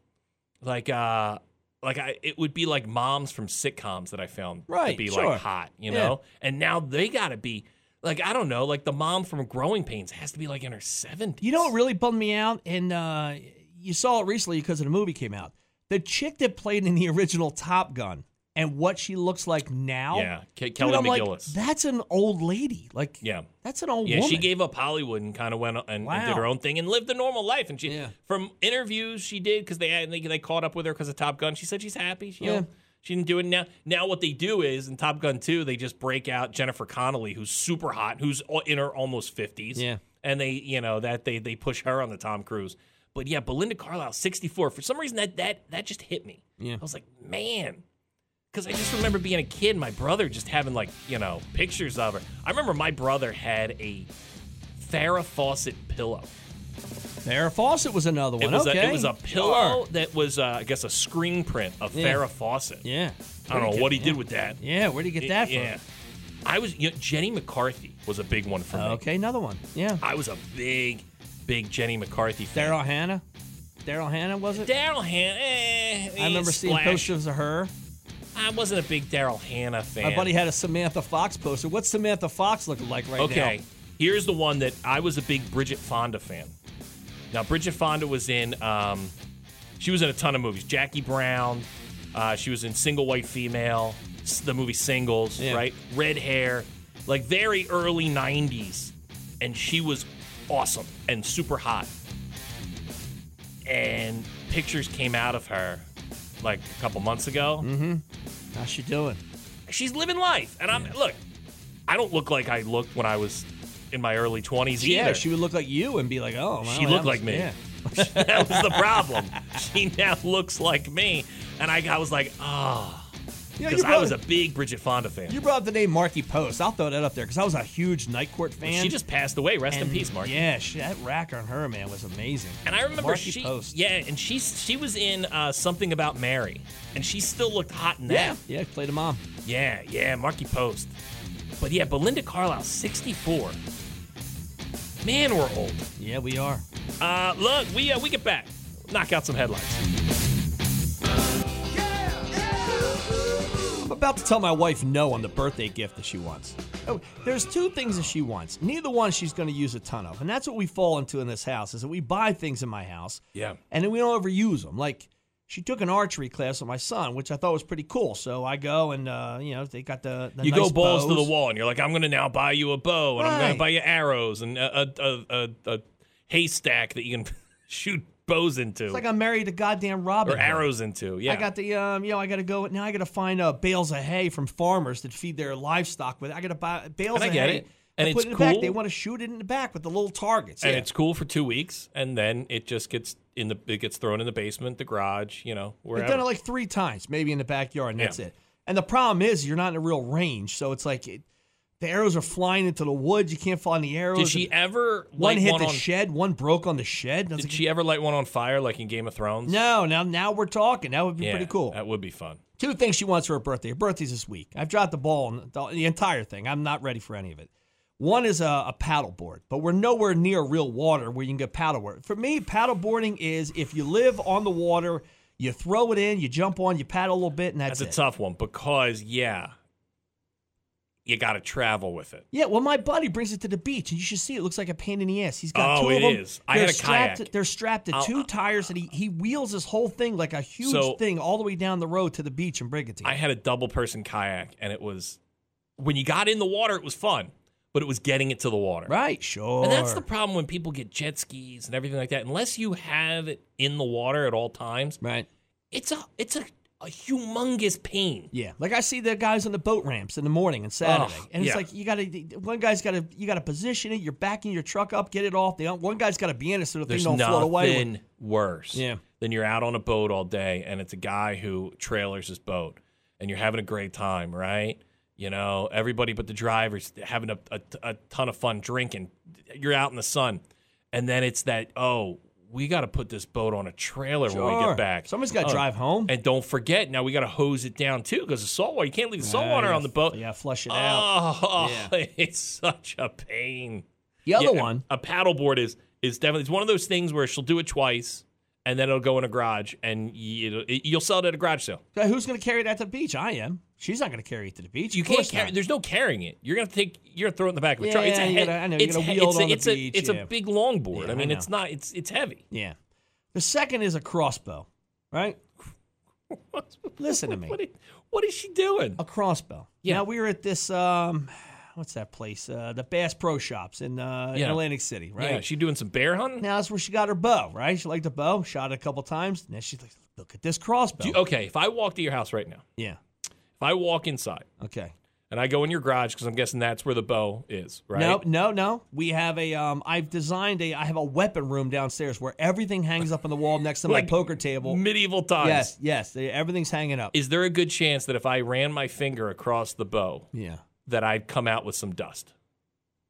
Speaker 2: like uh like I it would be like moms from sitcoms that I found to
Speaker 5: Right,
Speaker 2: be
Speaker 5: sure.
Speaker 2: like hot, you
Speaker 5: Yeah.
Speaker 2: know? And now they got to be like I don't know, like the mom from Growing Pains has to be like in her 70s.
Speaker 5: you know what really bummed me out, and uh, you saw it recently because the movie came out. The chick that played in the original Top Gun and what she looks like now.
Speaker 2: Yeah, Ke-
Speaker 5: Dude,
Speaker 2: Kelly
Speaker 5: I'm like,
Speaker 2: McGillis.
Speaker 5: that's an old lady. Like,
Speaker 2: Yeah.
Speaker 5: that's an old
Speaker 2: Yeah,
Speaker 5: woman.
Speaker 2: she gave up Hollywood and kind of went and, and did
Speaker 5: Wow.
Speaker 2: her own thing and lived a normal life. And she,
Speaker 5: Yeah.
Speaker 2: from interviews she did, because they, had- they they caught up with her because of Top Gun. She said she's happy. She, you
Speaker 5: Yeah.
Speaker 2: know, she didn't do it now. Now what they do is in Top Gun two, they just break out Jennifer Connelly, who's super hot, who's al- in her almost fifties.
Speaker 5: Yeah.
Speaker 2: and they you know that they they push her on the Tom Cruise. But yeah, Belinda Carlisle, sixty four. For some reason that that that just hit me.
Speaker 5: Yeah.
Speaker 2: I was like, man. Because I just remember being a kid, my brother just having like, you know, pictures of her. I remember my brother had a Farrah Fawcett pillow.
Speaker 5: Farrah Fawcett was another
Speaker 2: It
Speaker 5: one.
Speaker 2: was,
Speaker 5: okay,
Speaker 2: a, it was a pillow
Speaker 5: Sure.
Speaker 2: that was, uh, I guess, a screen print of
Speaker 5: Yeah.
Speaker 2: Farrah Fawcett.
Speaker 5: Yeah,
Speaker 2: I don't know what he did with that.
Speaker 5: Yeah, where do you get that from?
Speaker 2: yeah. I was, you know, Jenny McCarthy was a big one for me.
Speaker 5: Okay, another one. Yeah,
Speaker 2: I was a big, big Jenny McCarthy fan.
Speaker 5: Daryl Hannah. Daryl Hannah was it?
Speaker 2: Daryl Hannah. Eh, eh,
Speaker 5: I remember seeing
Speaker 2: Splash.
Speaker 5: posters of her.
Speaker 2: I wasn't a big Daryl Hannah fan.
Speaker 5: My buddy had a Samantha Fox poster. What's Samantha Fox looking like right now?
Speaker 2: okay, here's the one that I was a big Bridget Fonda fan. Now, Bridget Fonda was in, um, she was in a ton of movies. Jackie Brown, uh, she was in Single White Female, s- the movie Singles,
Speaker 5: Yeah.
Speaker 2: right? Red hair, like very early 90s. And she was awesome and super hot. And pictures came out of her like a couple months ago
Speaker 5: Mm-hmm. How's she doing?
Speaker 2: she's living life. And I'm look, I don't look like I looked when I was in my early twenties
Speaker 5: Yeah,
Speaker 2: either.
Speaker 5: she would look like you and be like, oh, wow,
Speaker 2: She
Speaker 5: that
Speaker 2: looked
Speaker 5: was-
Speaker 2: like me.
Speaker 5: Yeah.
Speaker 2: that was the problem. she now looks like me, and I, I was like, ah,
Speaker 5: Yeah, you
Speaker 2: because I
Speaker 5: brought
Speaker 2: was a
Speaker 5: it-
Speaker 2: big Bridget Fonda fan.
Speaker 5: You brought up the name Marky Post. I'll throw that up there because I was a huge Night Court fan.
Speaker 2: she just passed away. Rest in
Speaker 5: And,
Speaker 2: peace, Mark.
Speaker 5: Yeah, she, that rack on her man was amazing.
Speaker 2: And I remember
Speaker 5: Marky
Speaker 2: she,
Speaker 5: Post.
Speaker 2: yeah, and she she was in uh, something about Mary, and she still looked hot in
Speaker 5: yeah,
Speaker 2: that.
Speaker 5: yeah, played a mom.
Speaker 2: Yeah, yeah, Marky Post. But yeah, Belinda Carlisle, 64. Man, we're old.
Speaker 5: Yeah, we are.
Speaker 2: Uh, look, we uh, we get back, knock out some headlines.
Speaker 5: I'm about to tell my wife no on the birthday gift that she wants. Oh, there's two things that she wants. Neither one she's going to use a ton of, and that's what we fall into in this house is that we buy things in my house,
Speaker 2: Yeah.
Speaker 5: and then we don't ever use them. Like she took an archery class with my son, which I thought was pretty cool. So I go and uh, you know they got the, the
Speaker 2: You
Speaker 5: nice
Speaker 2: go balls to
Speaker 5: bows.
Speaker 2: the wall, and you're like, I'm gonna now buy you a bow, and I'm
Speaker 5: Right.
Speaker 2: gonna buy you arrows and a a, a, a, a haystack that you can shoot bows into
Speaker 5: It's like I'm married to goddamn Robin.
Speaker 2: or
Speaker 5: Hood.
Speaker 2: arrows into. Yeah,
Speaker 5: I got the um, you know, I got to go now. I got to find uh, bales of hay from farmers that feed their livestock with. I got to buy bales
Speaker 2: And I
Speaker 5: of
Speaker 2: get
Speaker 5: hay
Speaker 2: it. And it's
Speaker 5: put it in the back.
Speaker 2: cool.
Speaker 5: They want to shoot it in the back with the little targets.
Speaker 2: and
Speaker 5: Yeah.
Speaker 2: it's cool for two weeks, and then it just gets in the it gets thrown in the basement, the garage, you know, wherever.
Speaker 5: I've done it like three times, maybe in the backyard, and that's
Speaker 2: Yeah.
Speaker 5: it. And the problem is, you're not in a real range, so it's like it, the arrows are flying into the woods. You can't find the arrows.
Speaker 2: Did she
Speaker 5: And
Speaker 2: ever
Speaker 5: one
Speaker 2: light
Speaker 5: hit
Speaker 2: one
Speaker 5: the
Speaker 2: on,
Speaker 5: shed, one broke on the shed. and I was
Speaker 2: Did
Speaker 5: like,
Speaker 2: she ever light one on fire like in Game of Thrones?
Speaker 5: no, now now we're talking. That would be
Speaker 2: Yeah,
Speaker 5: pretty cool.
Speaker 2: That would be fun.
Speaker 5: Two things she wants for her birthday. Her birthday's this week. I've dropped the ball on the, the entire thing. I'm not ready for any of it. One is a, a paddle board, but we're nowhere near real water where you can get paddle board. For me, paddle boarding is if you live on the water, you throw it in, you jump on, you paddle a little bit, and that's,
Speaker 2: That's a
Speaker 5: it.
Speaker 2: tough one because yeah, you got to travel with it.
Speaker 5: Yeah, well, my buddy brings it to the beach, and you should see it. Looks like a pain in the ass. He's got
Speaker 2: Oh,
Speaker 5: two of
Speaker 2: it
Speaker 5: them.
Speaker 2: is. I had a
Speaker 5: strapped,
Speaker 2: kayak.
Speaker 5: They're strapped to
Speaker 2: I'll-
Speaker 5: 2 tires, and he, he wheels this whole thing like a huge
Speaker 2: So-
Speaker 5: thing all the way down the road to the beach in Brigantine.
Speaker 2: I had a double person kayak and it was when you got in the water it was fun, but it was getting it to the water.
Speaker 5: right, sure.
Speaker 2: And that's the problem when people get jet skis and everything like that. Unless you have it in the water at all times,
Speaker 5: right.
Speaker 2: it's a it's a, a humongous pain.
Speaker 5: Yeah, like I see the guys on the boat ramps in the morning and Saturday,
Speaker 2: Ugh,
Speaker 5: and it's
Speaker 2: yeah.
Speaker 5: like you gotta one guy's gotta you gotta position it. You're backing your truck up, get it off. They don't, one guy's gotta be in it so the thing
Speaker 2: There's
Speaker 5: don't float away. when-
Speaker 2: nothing worse
Speaker 5: Yeah.
Speaker 2: than you're out on a boat all day and it's a guy who trailers his boat and you're having a great time, right? You know, everybody but the driver's having a, a, a ton of fun drinking. You're out in the sun. And then it's that, oh, we got to put this boat on a trailer when we
Speaker 5: Sure.
Speaker 2: get back.
Speaker 5: Someone's gotta
Speaker 2: Oh,
Speaker 5: drive home.
Speaker 2: And don't forget, now we got to hose it down too because the salt water, you can't leave the salt
Speaker 5: Ah,
Speaker 2: water
Speaker 5: yeah,
Speaker 2: on the boat.
Speaker 5: yeah, flush it out.
Speaker 2: Oh,
Speaker 5: Yeah.
Speaker 2: it's such a pain.
Speaker 5: The other
Speaker 2: Yeah,
Speaker 5: one,
Speaker 2: A paddleboard is is definitely it's one of those things where she'll do it twice and then it'll go in a garage and y- it'll, it, you'll sell it at a garage sale.
Speaker 5: uh, who's gonna carry that to the beach? I am. She's not gonna carry it to the beach.
Speaker 2: You
Speaker 5: Of
Speaker 2: can't
Speaker 5: course
Speaker 2: carry.
Speaker 5: not.
Speaker 2: There's no carrying it. You're gonna take. You're gonna throw it in the back of a
Speaker 5: Yeah,
Speaker 2: truck. It's a
Speaker 5: you
Speaker 2: heavy.
Speaker 5: gotta- I know, you
Speaker 2: It's,
Speaker 5: gotta
Speaker 2: he-
Speaker 5: wheel it
Speaker 2: it's
Speaker 5: on
Speaker 2: a,
Speaker 5: the
Speaker 2: it's, a,
Speaker 5: beach,
Speaker 2: it's
Speaker 5: yeah.
Speaker 2: a big longboard.
Speaker 5: Yeah,
Speaker 2: I mean,
Speaker 5: I
Speaker 2: it's not. It's it's heavy.
Speaker 5: Yeah. The second is a crossbow, right? Listen to me.
Speaker 2: What is, what is she doing?
Speaker 5: A crossbow.
Speaker 2: Yeah.
Speaker 5: Now we were at this um, what's that place? Uh, the Bass Pro Shops in uh, in
Speaker 2: Yeah.
Speaker 5: Atlantic City, right?
Speaker 2: Yeah, she doing some bear hunting.
Speaker 5: Now that's where she got her bow, right? She liked the bow, shot it a couple times. Now she's like, look at this crossbow.
Speaker 2: Do you- okay, if I walk to your house right now,
Speaker 5: yeah.
Speaker 2: if I walk inside
Speaker 5: Okay.
Speaker 2: and I go in your garage because I'm guessing that's where the bow is, right?
Speaker 5: No, no, no. We have a. Um, I've designed a. I have a weapon room downstairs where everything hangs up on the wall next to my
Speaker 2: Like
Speaker 5: poker table.
Speaker 2: Medieval times.
Speaker 5: yes, yes. they- Everything's hanging up.
Speaker 2: Is there a good chance that if I ran my finger across the bow,
Speaker 5: yeah.
Speaker 2: that I'd come out with some dust.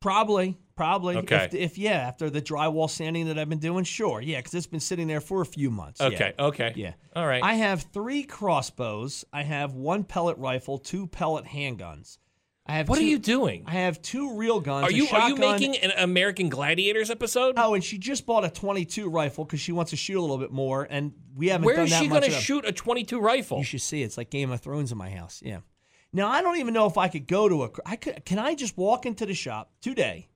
Speaker 5: Probably. Probably.
Speaker 2: Okay.
Speaker 5: If, if yeah, after the drywall sanding that I've been doing, sure. Yeah, because it's been sitting there for a few months. yeah.
Speaker 2: Okay. Okay.
Speaker 5: Yeah.
Speaker 2: All right.
Speaker 5: I have three crossbows. I have one pellet rifle, two pellet handguns. I have.
Speaker 2: what are
Speaker 5: two-
Speaker 2: you doing?
Speaker 5: I have two real guns.
Speaker 2: Are
Speaker 5: a
Speaker 2: you are you
Speaker 5: shotgun-
Speaker 2: making an American Gladiators episode?
Speaker 5: Oh, and she just bought a 22 rifle because she wants to shoot a little bit more, and we haven't
Speaker 2: Where
Speaker 5: done
Speaker 2: is
Speaker 5: that
Speaker 2: she
Speaker 5: much.
Speaker 2: going to
Speaker 5: of-
Speaker 2: shoot a 22 rifle?
Speaker 5: You should see. It's like Game of Thrones in my house. Yeah. Now I don't even know if I could go to a. cr- I could. Can I just walk into the shop today,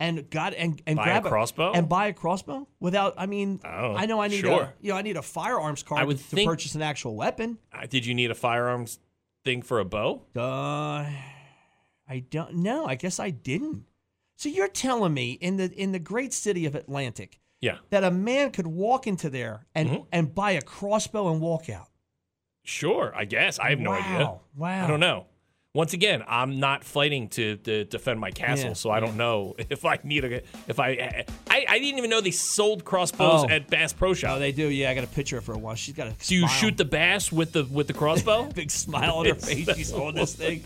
Speaker 5: and got and and
Speaker 2: Buy a
Speaker 5: grab
Speaker 2: crossbow?
Speaker 5: and buy a crossbow without? I mean,
Speaker 2: Oh,
Speaker 5: I know I need a
Speaker 2: sure.
Speaker 5: you know I need a firearms card
Speaker 2: would
Speaker 5: to
Speaker 2: think-
Speaker 5: purchase an actual weapon.
Speaker 2: Uh, Did you need a firearms thing for a bow?
Speaker 5: Uh, I don't know. I guess I didn't. So you're telling me in the in the great city of Atlantic
Speaker 2: Yeah.
Speaker 5: that a man could walk into there and
Speaker 2: Mm-hmm.
Speaker 5: and buy a crossbow and walk out?
Speaker 2: Sure. I guess I have no idea.
Speaker 5: Wow, wow.
Speaker 2: I don't know. Once again, I'm not fighting to, to defend my castle,
Speaker 5: Yeah,
Speaker 2: so I don't know if I need a if I I, I didn't even know they sold crossbows
Speaker 5: Oh.
Speaker 2: at Bass Pro Shop.
Speaker 5: Oh, they do. Yeah, I got a picture of her once. She's got a
Speaker 2: so you
Speaker 5: smile.
Speaker 2: shoot the bass with the with the crossbow?
Speaker 5: big smile on her
Speaker 2: It's
Speaker 5: face.
Speaker 2: so
Speaker 5: She's holding this thing.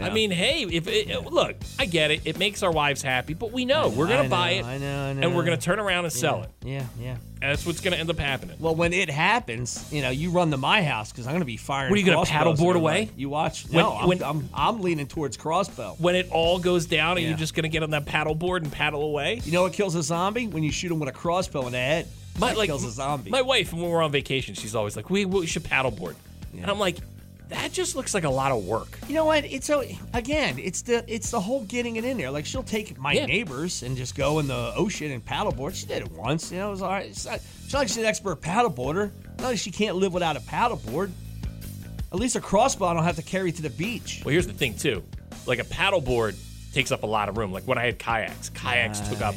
Speaker 2: I mean, hey, if it, look, I get it. It makes our wives happy, but we know we're
Speaker 5: I
Speaker 2: gonna
Speaker 5: know,
Speaker 2: buy it,
Speaker 5: I know, I know.
Speaker 2: and we're gonna turn around and sell it.
Speaker 5: Yeah, yeah.
Speaker 2: And that's what's gonna end up happening.
Speaker 5: Well, when it happens, you know, you run to my house because I'm going to be firing.
Speaker 2: What, are you gonna
Speaker 5: crossbows
Speaker 2: paddleboard
Speaker 5: at everybody.
Speaker 2: away?
Speaker 5: You watch.
Speaker 2: When-
Speaker 5: no, I'm,
Speaker 2: when-
Speaker 5: I'm, I'm leaning towards crossbow.
Speaker 2: When it all goes down, are you
Speaker 5: Yeah.
Speaker 2: just gonna get on that paddleboard and paddle away?
Speaker 5: You know what kills a zombie? When you shoot him with a crossbow in the head.
Speaker 2: My,
Speaker 5: That
Speaker 2: like,
Speaker 5: kills a zombie.
Speaker 2: My wife, when we're on vacation, she's always like, "We, we should paddleboard," and I'm like, "That just looks like a lot of work."
Speaker 5: you know what? It's so again, it's the it's the whole getting it in there. Like she'll take my
Speaker 2: Yeah.
Speaker 5: neighbors and just go in the ocean and paddleboard. She did it once, you know. It was all right. It's not, it's not like she's an expert paddleboarder. Not like she can't live without a paddleboard. At least a crossbow I don't have to carry to the beach.
Speaker 2: Well, here's the thing too, like a paddleboard takes up a lot of room. Like when I had kayaks, kayaks took up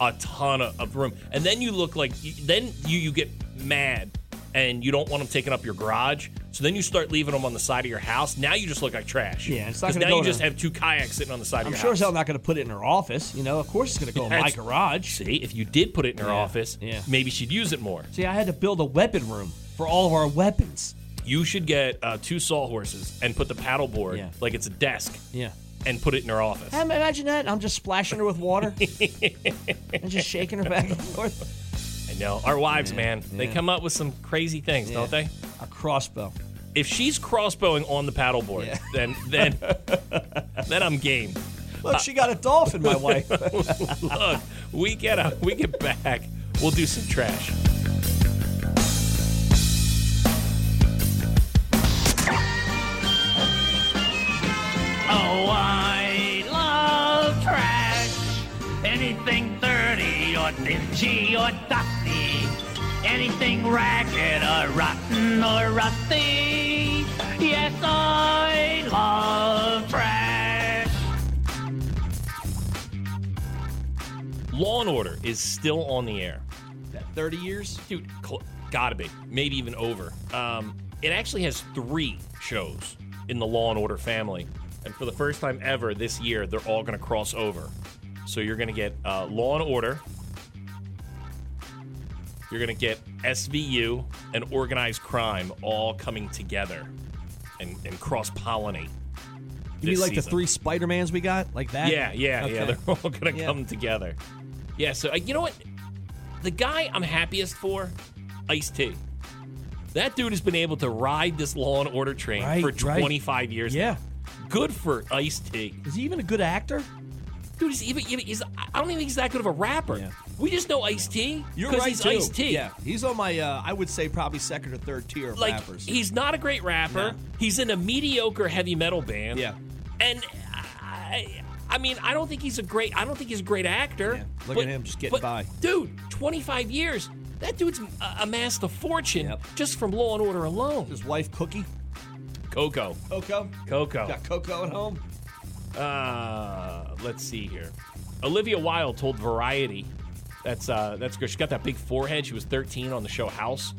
Speaker 2: a ton of, of room, and then you look like you- then you you get mad. And you don't want them taking up your garage, so then you start leaving them on the side of your house. Now you just look like trash.
Speaker 5: Yeah, it's not
Speaker 2: 'Cause
Speaker 5: gonna
Speaker 2: now
Speaker 5: go
Speaker 2: you
Speaker 5: to-
Speaker 2: just have two kayaks sitting on the side of
Speaker 5: I'm
Speaker 2: your
Speaker 5: sure
Speaker 2: house.
Speaker 5: as hell not going to put it in her office. You know, of course it's going to go in my
Speaker 2: That's-
Speaker 5: garage.
Speaker 2: See, if you did put it in her
Speaker 5: Yeah,
Speaker 2: office,
Speaker 5: yeah.
Speaker 2: maybe she'd use it more.
Speaker 5: See, I had to build a weapon room for all of our weapons.
Speaker 2: You should get uh, two sawhorses and put the paddleboard
Speaker 5: Yeah.
Speaker 2: like it's a desk
Speaker 5: Yeah.
Speaker 2: and put it in her office.
Speaker 5: Um, imagine that. I'm just splashing her with water and just shaking her back and forth.
Speaker 2: I know. Our wives, man, they
Speaker 5: yeah.
Speaker 2: come up with some crazy things, don't they?
Speaker 5: A crossbow.
Speaker 2: If she's crossbowing on the paddleboard,
Speaker 5: Yeah.
Speaker 2: then then then I'm game.
Speaker 5: Look,
Speaker 2: Uh,
Speaker 5: she got a dolphin, my wife.
Speaker 2: Look, we get out, we get back. We'll do some trash.
Speaker 6: Oh, I love trash. Anything dirty or dingy or dusty. Anything ragged or rotten or rusty. Yes, I love trash.
Speaker 2: Law and Order is still on the air.
Speaker 5: 30 years?
Speaker 2: dude cl- gotta be maybe even over um, it actually has three shows in the law and order family and for the first time ever this year they're all gonna cross over so you're gonna get uh, law and order you're gonna get svu and organized crime all coming together and, and cross-pollinate
Speaker 5: You
Speaker 2: this
Speaker 5: mean like the
Speaker 2: season.
Speaker 5: three Spider-Mans we got? Like that?
Speaker 2: Yeah, yeah, yeah.
Speaker 5: Okay.
Speaker 2: They're all gonna
Speaker 5: Yeah.
Speaker 2: come together. Yeah. So uh, you know what? The guy I'm happiest for, Ice T. That dude has been able to ride this Law and Order train
Speaker 5: Right,
Speaker 2: for
Speaker 5: right.
Speaker 2: 25 years.
Speaker 5: Yeah.
Speaker 2: Good for Ice T.
Speaker 5: Is he even a good actor?
Speaker 2: Dude, he's even, even he's, I don't even think he's that good of a rapper.
Speaker 5: Yeah.
Speaker 2: We just know Ice T because he's Ice T.
Speaker 5: Yeah, he's on my, uh, I would say probably second or third tier of
Speaker 2: Like
Speaker 5: rappers.
Speaker 2: he's not a great rapper.
Speaker 5: No.
Speaker 2: He's in a mediocre heavy metal band.
Speaker 5: Yeah.
Speaker 2: And I, I mean, I don't think he's a great. I don't think he's a great actor.
Speaker 5: Yeah, look at him, just getting
Speaker 2: but,
Speaker 5: by.
Speaker 2: Dude, 25 years. That dude's uh, amassed a fortune
Speaker 5: Yep.
Speaker 2: just from Law and Order alone.
Speaker 5: His wife, Cookie.
Speaker 2: Coco,
Speaker 5: Coco.
Speaker 2: Coco.
Speaker 5: Got Coco at home.
Speaker 2: Uh, let's see here. Olivia Wilde told Variety, "That's uh, that's good. She got that big forehead. She was 13 on the show House.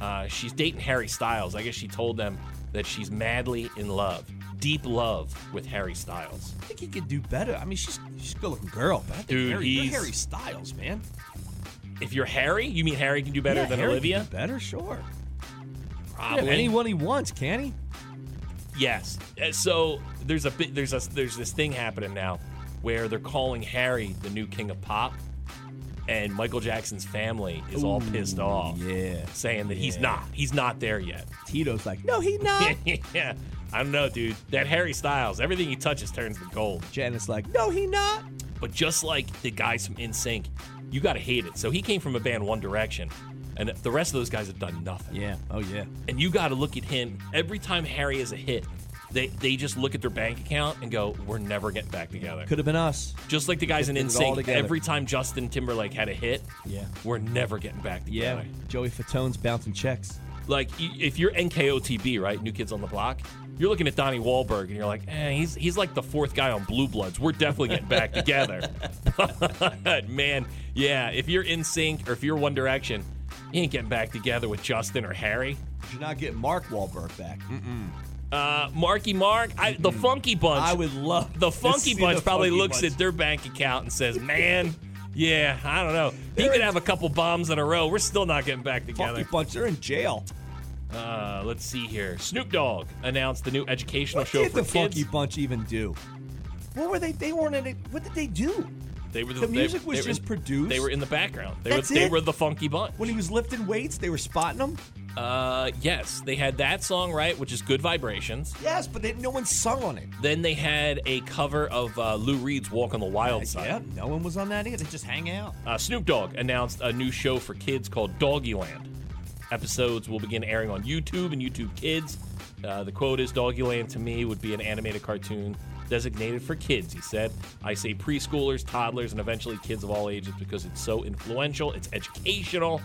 Speaker 2: Uh, she's dating Harry Styles. I guess she told them that she's madly in love, deep love with Harry Styles.
Speaker 5: I think he could do better. I mean, she's she's a good-looking girl, but I think
Speaker 2: Dude,
Speaker 5: Harry, you're
Speaker 2: he's-
Speaker 5: Harry Styles, man.
Speaker 2: If you're Harry, you mean Harry can do better
Speaker 5: Yeah,
Speaker 2: than
Speaker 5: Harry could
Speaker 2: Olivia?
Speaker 5: do better, sure.
Speaker 2: Probably.
Speaker 5: anyone he wants, can he?
Speaker 2: Yes. Uh, So there's a bit there's a there's this thing happening now where they're calling Harry the new king of pop, and Michael Jackson's family is all pissed off,
Speaker 5: yeah.
Speaker 2: saying that he's
Speaker 5: Yeah.
Speaker 2: not he's not there yet.
Speaker 5: Tito's like, no, he not.
Speaker 2: yeah. I don't know, dude. That Harry Styles, everything he touches turns to gold.
Speaker 5: Janet's like, no, he not.
Speaker 2: But just like the guys from InSync, you gotta hate it. So he came from a band One Direction, and the rest of those guys have done nothing.
Speaker 5: Yeah. Oh yeah.
Speaker 2: and you got to look at him every time Harry is a hit. They they just look at their bank account and go, "We're never getting back together."
Speaker 5: Could have been us.
Speaker 2: just like the guys in
Speaker 5: Get it all
Speaker 2: NSYNC,
Speaker 5: together.
Speaker 2: every time Justin Timberlake had a hit,
Speaker 5: Yeah.
Speaker 2: we're never getting back
Speaker 5: Yeah.
Speaker 2: together.
Speaker 5: Joey Fatone's bouncing checks.
Speaker 2: Like y- if you're NKOTB, right, New Kids on the Block, you're looking at Donnie Wahlberg and you're like, eh, he's he's like the fourth guy on Blue Bloods. We're definitely getting back together. But man, yeah, if you're in sync or if you're One Direction, you ain't getting back together with Justin or Harry.
Speaker 5: But you're not getting Mark Wahlberg back.
Speaker 2: Uh, Marky Mark, I, the Funky Bunch.
Speaker 1: I would love
Speaker 2: the
Speaker 1: to
Speaker 2: Funky
Speaker 1: see
Speaker 2: Bunch
Speaker 1: the
Speaker 2: probably
Speaker 1: Funky
Speaker 2: looks
Speaker 1: Bunch.
Speaker 2: at their bank account and says, "Man, yeah, I don't know. He could have a couple bombs in a row. We're still not getting back
Speaker 1: Funky
Speaker 2: together."
Speaker 1: Bunch. They're in jail.
Speaker 2: Uh, let's see here. Snoop Dogg announced the new educational
Speaker 1: What
Speaker 2: show
Speaker 1: did
Speaker 2: for
Speaker 1: the Funky
Speaker 2: kids.
Speaker 1: Bunch even do? What were they? They weren't. In it. What did they do?
Speaker 2: They were
Speaker 1: The
Speaker 2: they-
Speaker 1: music was
Speaker 2: they were
Speaker 1: just
Speaker 2: in-
Speaker 1: produced?
Speaker 2: They were in the background. They
Speaker 1: That's
Speaker 2: were they
Speaker 1: it?
Speaker 2: were the Funky Bunch.
Speaker 1: When he was lifting weights, they were spotting him.
Speaker 2: Uh, yes, they had that song right, which is "Good Vibrations."
Speaker 1: Yes, but they, no one sung on it.
Speaker 2: Then they had a cover of uh, Lou Reed's "Walk on the Wild Side."
Speaker 1: Yeah, no one was on that either. They just hang out.
Speaker 2: Uh, Snoop Dogg announced a new show for kids called Doggyland. Episodes will begin airing on YouTube and YouTube Kids. Uh, the quote is Doggyland to me would be an animated cartoon designated for kids, he said. I say preschoolers, toddlers, and eventually kids of all ages because it's so influential, it's educational,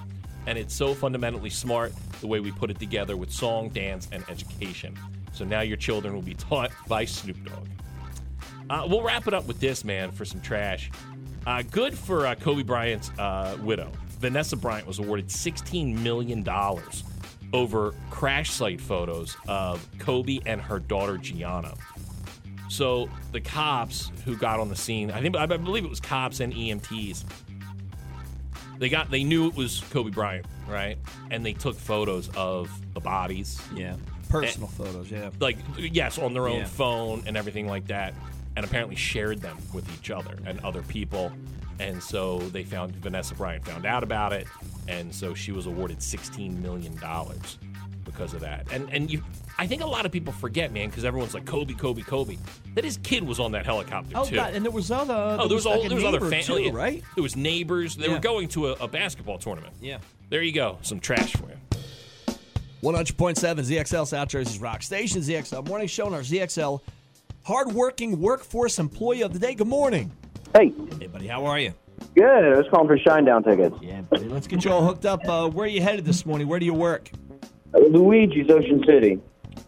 Speaker 2: and it's so fundamentally smart the way we put it together with song, dance, and education. So now your children will be taught by Snoop Dogg. Uh, we'll wrap it up with this, man, for some trash. Uh, good for uh, Kobe Bryant's uh, widow. Vanessa Bryant was awarded $16 million over crash site photos of Kobe and her daughter Gianna. So the cops who got on the scene, I think I believe it was cops and EMTs. They got they knew it was Kobe Bryant, right? And they took photos of the bodies
Speaker 1: Yeah, personal photos. Yeah,
Speaker 2: like yes on their own
Speaker 1: Yeah.
Speaker 2: phone and everything like that and apparently shared them with each other and other people and so they found vanessa bryant found out about it and so she was awarded 16 million dollars because of that and and you i think a lot of people forget man because everyone's like kobe kobe kobe that his kid was on that helicopter
Speaker 1: Oh
Speaker 2: too
Speaker 1: god, and there was other.
Speaker 2: Oh, there was, all,
Speaker 1: like a
Speaker 2: there was other oh,
Speaker 1: neighbor,
Speaker 2: family,
Speaker 1: too, right?
Speaker 2: There was neighbors. They
Speaker 1: Yeah.
Speaker 2: were going to a, a basketball tournament.
Speaker 1: Yeah.
Speaker 2: There you go. Some trash for you.
Speaker 1: 100.7 ZXL South Jersey's Rock Station, ZXL Morning Show, and our ZXL Hardworking Workforce Employee of the Day. Good morning.
Speaker 6: Hey,
Speaker 1: Hey, buddy, how are you?
Speaker 6: good. I was calling for Shinedown tickets.
Speaker 1: Yeah, buddy. Let's get you all hooked up. Uh, where are you headed this morning? Where do you work?
Speaker 6: Uh, Luigi's Ocean City.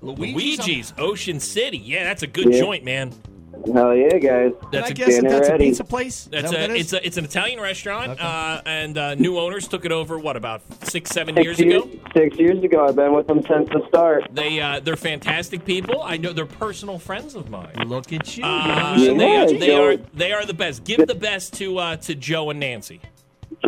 Speaker 2: Luigi's Ocean City. Yeah, that's a good
Speaker 6: Yeah.
Speaker 2: joint, man.
Speaker 6: Hell yeah, guys.
Speaker 1: Can
Speaker 2: That's
Speaker 1: I
Speaker 2: a
Speaker 1: guess
Speaker 6: dinner
Speaker 1: that's a
Speaker 6: ready.
Speaker 1: pizza place? Is that
Speaker 2: That's
Speaker 1: what
Speaker 2: a,
Speaker 1: that is?
Speaker 2: it's a, it's an Italian restaurant,
Speaker 1: Okay.
Speaker 2: uh, and uh, new owners took it over. What about six, seven years
Speaker 6: six,
Speaker 2: ago?
Speaker 6: Years, six years ago. I've been with them since the start.
Speaker 2: They uh, they're fantastic people. I know they're personal friends of mine.
Speaker 1: Look at you.
Speaker 2: Uh,
Speaker 6: Yeah,
Speaker 2: they, are,
Speaker 6: Joe.
Speaker 2: they are they are the best. Give the best to uh, to Joe and Nancy.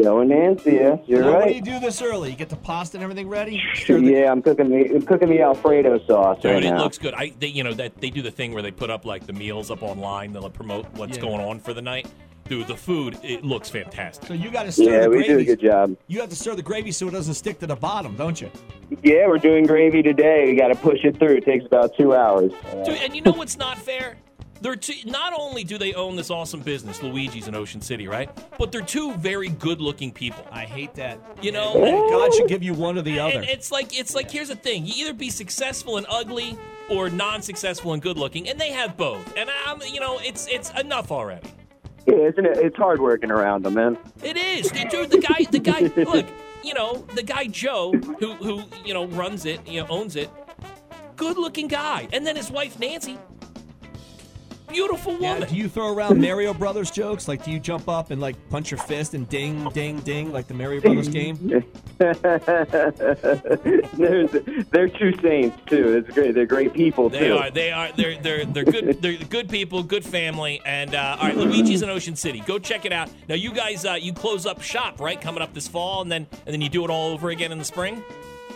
Speaker 6: Joe and Nancy, yes, you're
Speaker 1: Now, What do you
Speaker 6: right.
Speaker 1: do this early? You get the pasta and everything ready? Stir the-
Speaker 6: Yeah, I'm cooking the I'm cooking the Alfredo sauce
Speaker 2: Dude,
Speaker 6: right
Speaker 2: it
Speaker 6: now.
Speaker 2: looks good. I they, you know that they do the thing where they put up like the meals up online. They'll promote what's
Speaker 1: Yeah.
Speaker 2: going on for the night. Dude, the food it looks fantastic.
Speaker 1: So you got to stir
Speaker 6: yeah,
Speaker 1: the
Speaker 6: we
Speaker 1: gravy.
Speaker 6: do a good job.
Speaker 1: You have to stir the gravy so it doesn't stick to the bottom, don't you?
Speaker 6: Yeah, we're doing gravy today. We got to push it through. It takes about two hours.
Speaker 2: Dude, and you know what's not fair? They're two, not only do they own this awesome business, Luigi's in Ocean City, right? But they're two very good-looking people.
Speaker 1: I hate that.
Speaker 2: You know,
Speaker 1: God should give you one or the other.
Speaker 2: And it's like it's like here's the thing: you either be successful and ugly, or non-successful and good-looking, and they have both. And I'm, you know, it's it's enough already.
Speaker 6: Yeah, isn't it? It's hard working around them, man.
Speaker 2: It is, The- dude. The guy, the guy. Look, you know, the guy Joe, who who you know runs it, you know, owns it. Good-looking guy, and then his wife Nancy, beautiful
Speaker 1: Yeah,
Speaker 2: woman.
Speaker 1: do you throw around Mario Brothers jokes? Like, do you jump up and like punch your fist and ding, ding, ding, like the Mario Brothers game?
Speaker 6: they're, they're two saints too. It's great. They're great people
Speaker 2: They
Speaker 6: too.
Speaker 2: are. They are. They're. They're. They're good. They're good people. Good family. And uh, all right, Luigi's in Ocean City. Go check it out. Now, you guys, uh, you close up shop, right? Coming up this fall, and then and then you do it all over again in the spring.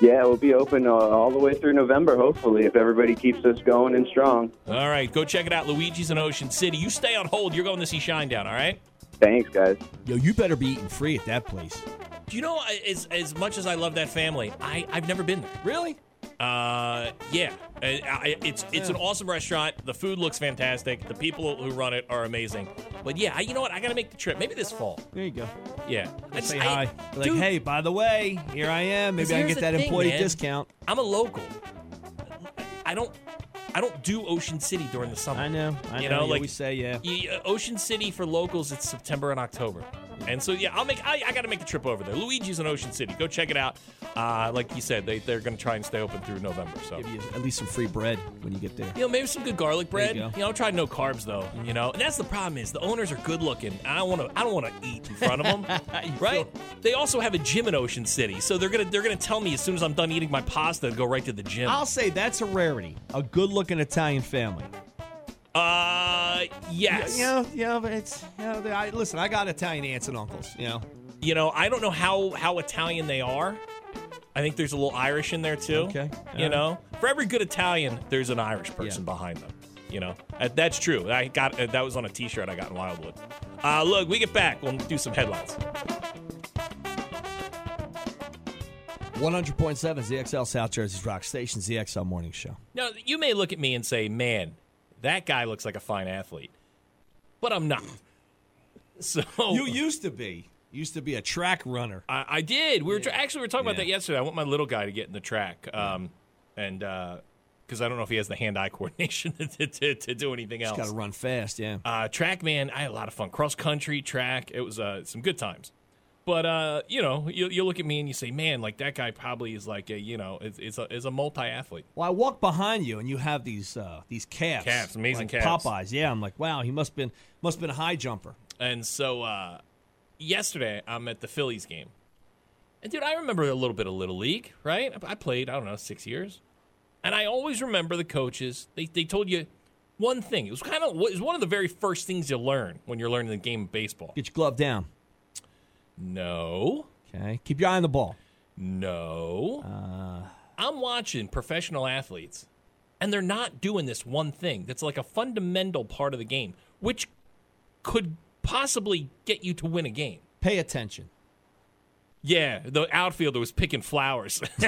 Speaker 6: Yeah, we'll be open uh, all the way through November, hopefully, if everybody keeps us going and strong.
Speaker 2: All right, go check it out. Luigi's in Ocean City. You stay on hold. You're going to see Shinedown. All right.
Speaker 6: Thanks, guys.
Speaker 1: Yo, you better be eating free at that place.
Speaker 2: Do you know I- as as much as I love that family, I I've never been there.
Speaker 1: Really?
Speaker 2: Uh, yeah. I, I, it's it's an awesome restaurant. The food looks fantastic. The people who run it are amazing. But yeah, I, you know what? I gotta make the trip. Maybe this fall.
Speaker 1: There you go.
Speaker 2: Yeah. I just-
Speaker 1: Say
Speaker 2: I-
Speaker 1: hi. Like,
Speaker 2: dude,
Speaker 1: hey, by the way, here I am. Maybe I can
Speaker 2: here's
Speaker 1: get
Speaker 2: the
Speaker 1: that
Speaker 2: thing,
Speaker 1: employee
Speaker 2: man.
Speaker 1: discount.
Speaker 2: I'm a local. I don't I don't do Ocean City during the summer.
Speaker 1: I know. I
Speaker 2: You
Speaker 1: know.
Speaker 2: know,
Speaker 1: you
Speaker 2: like-
Speaker 1: always say yeah.
Speaker 2: You- uh, Ocean City for locals it's September and October. And so yeah, I'll make I, I got to make the trip over there. Luigi's in Ocean City. Go check it out. Uh, like you said, they they're going to try and stay open through November. So
Speaker 1: Give you at least some free bread when you get there.
Speaker 2: you know, maybe some good garlic bread.
Speaker 1: you
Speaker 2: You,
Speaker 1: go.
Speaker 2: know, try no carbs though. You know, and that's the problem is the owners are good looking. I don't want to. I don't want to eat in front of them, right? They also have a gym in Ocean City, so they're gonna they're gonna tell me as soon as I'm done eating my pasta, to go right to the gym.
Speaker 1: I'll say that's a rarity. A good-looking Italian family.
Speaker 2: uh, yes.
Speaker 1: You know, you know, but it's you know, I, listen. I got Italian aunts and uncles. You know,
Speaker 2: You know, I don't know how how Italian they are. I think there's a little Irish in there too.
Speaker 1: Okay.
Speaker 2: You
Speaker 1: All
Speaker 2: know, for every good Italian, there's an Irish person behind them. You know, Uh, that's true. I got uh, that was on a T-shirt I got in Wildwood. Uh, look, we get back. We'll do some headlines.
Speaker 1: 100.7 ZXL South Jersey's Rock Station ZXL Morning Show.
Speaker 2: Now, you may look at me and say, "Man, that guy looks like a fine athlete," but I'm not. So
Speaker 1: You used to be. Used to be a track runner.
Speaker 2: I, I did. We were tra- actually we were talking about
Speaker 1: Yeah.
Speaker 2: that yesterday. I want my little guy to get in the track, um, and because I don't know if he has the hand-eye coordination to, to, to do anything else.
Speaker 1: Got to run fast. Yeah.
Speaker 2: Uh, track, man, I had a lot of fun. Cross country, track. It was uh, some good times. But uh, you know, you, you look at me and you say, "Man, like that guy probably is like a you know is, is a is a multi athlete."
Speaker 1: Well, I walk behind you, and you have these uh, these calves,
Speaker 2: Calves, amazing
Speaker 1: like
Speaker 2: calves.
Speaker 1: Popeyes. Yeah, I'm like, wow, he must been must been a high jumper.
Speaker 2: And so uh, yesterday, I'm at the Phillies game. And dude, I remember a little bit of Little League, right? I I played, I don't know, six years. And I always remember the coaches, they, they told you one thing. It was kind of it was one of the very first things you learn when you're learning the game of baseball.
Speaker 1: Get your glove down.
Speaker 2: No,
Speaker 1: Okay, keep your eye on the ball.
Speaker 2: no. I'm watching professional athletes, and they're not doing this one thing that's like a fundamental part of the game, which could possibly get you to win a game.
Speaker 1: Pay attention.
Speaker 2: Yeah, the outfielder was picking flowers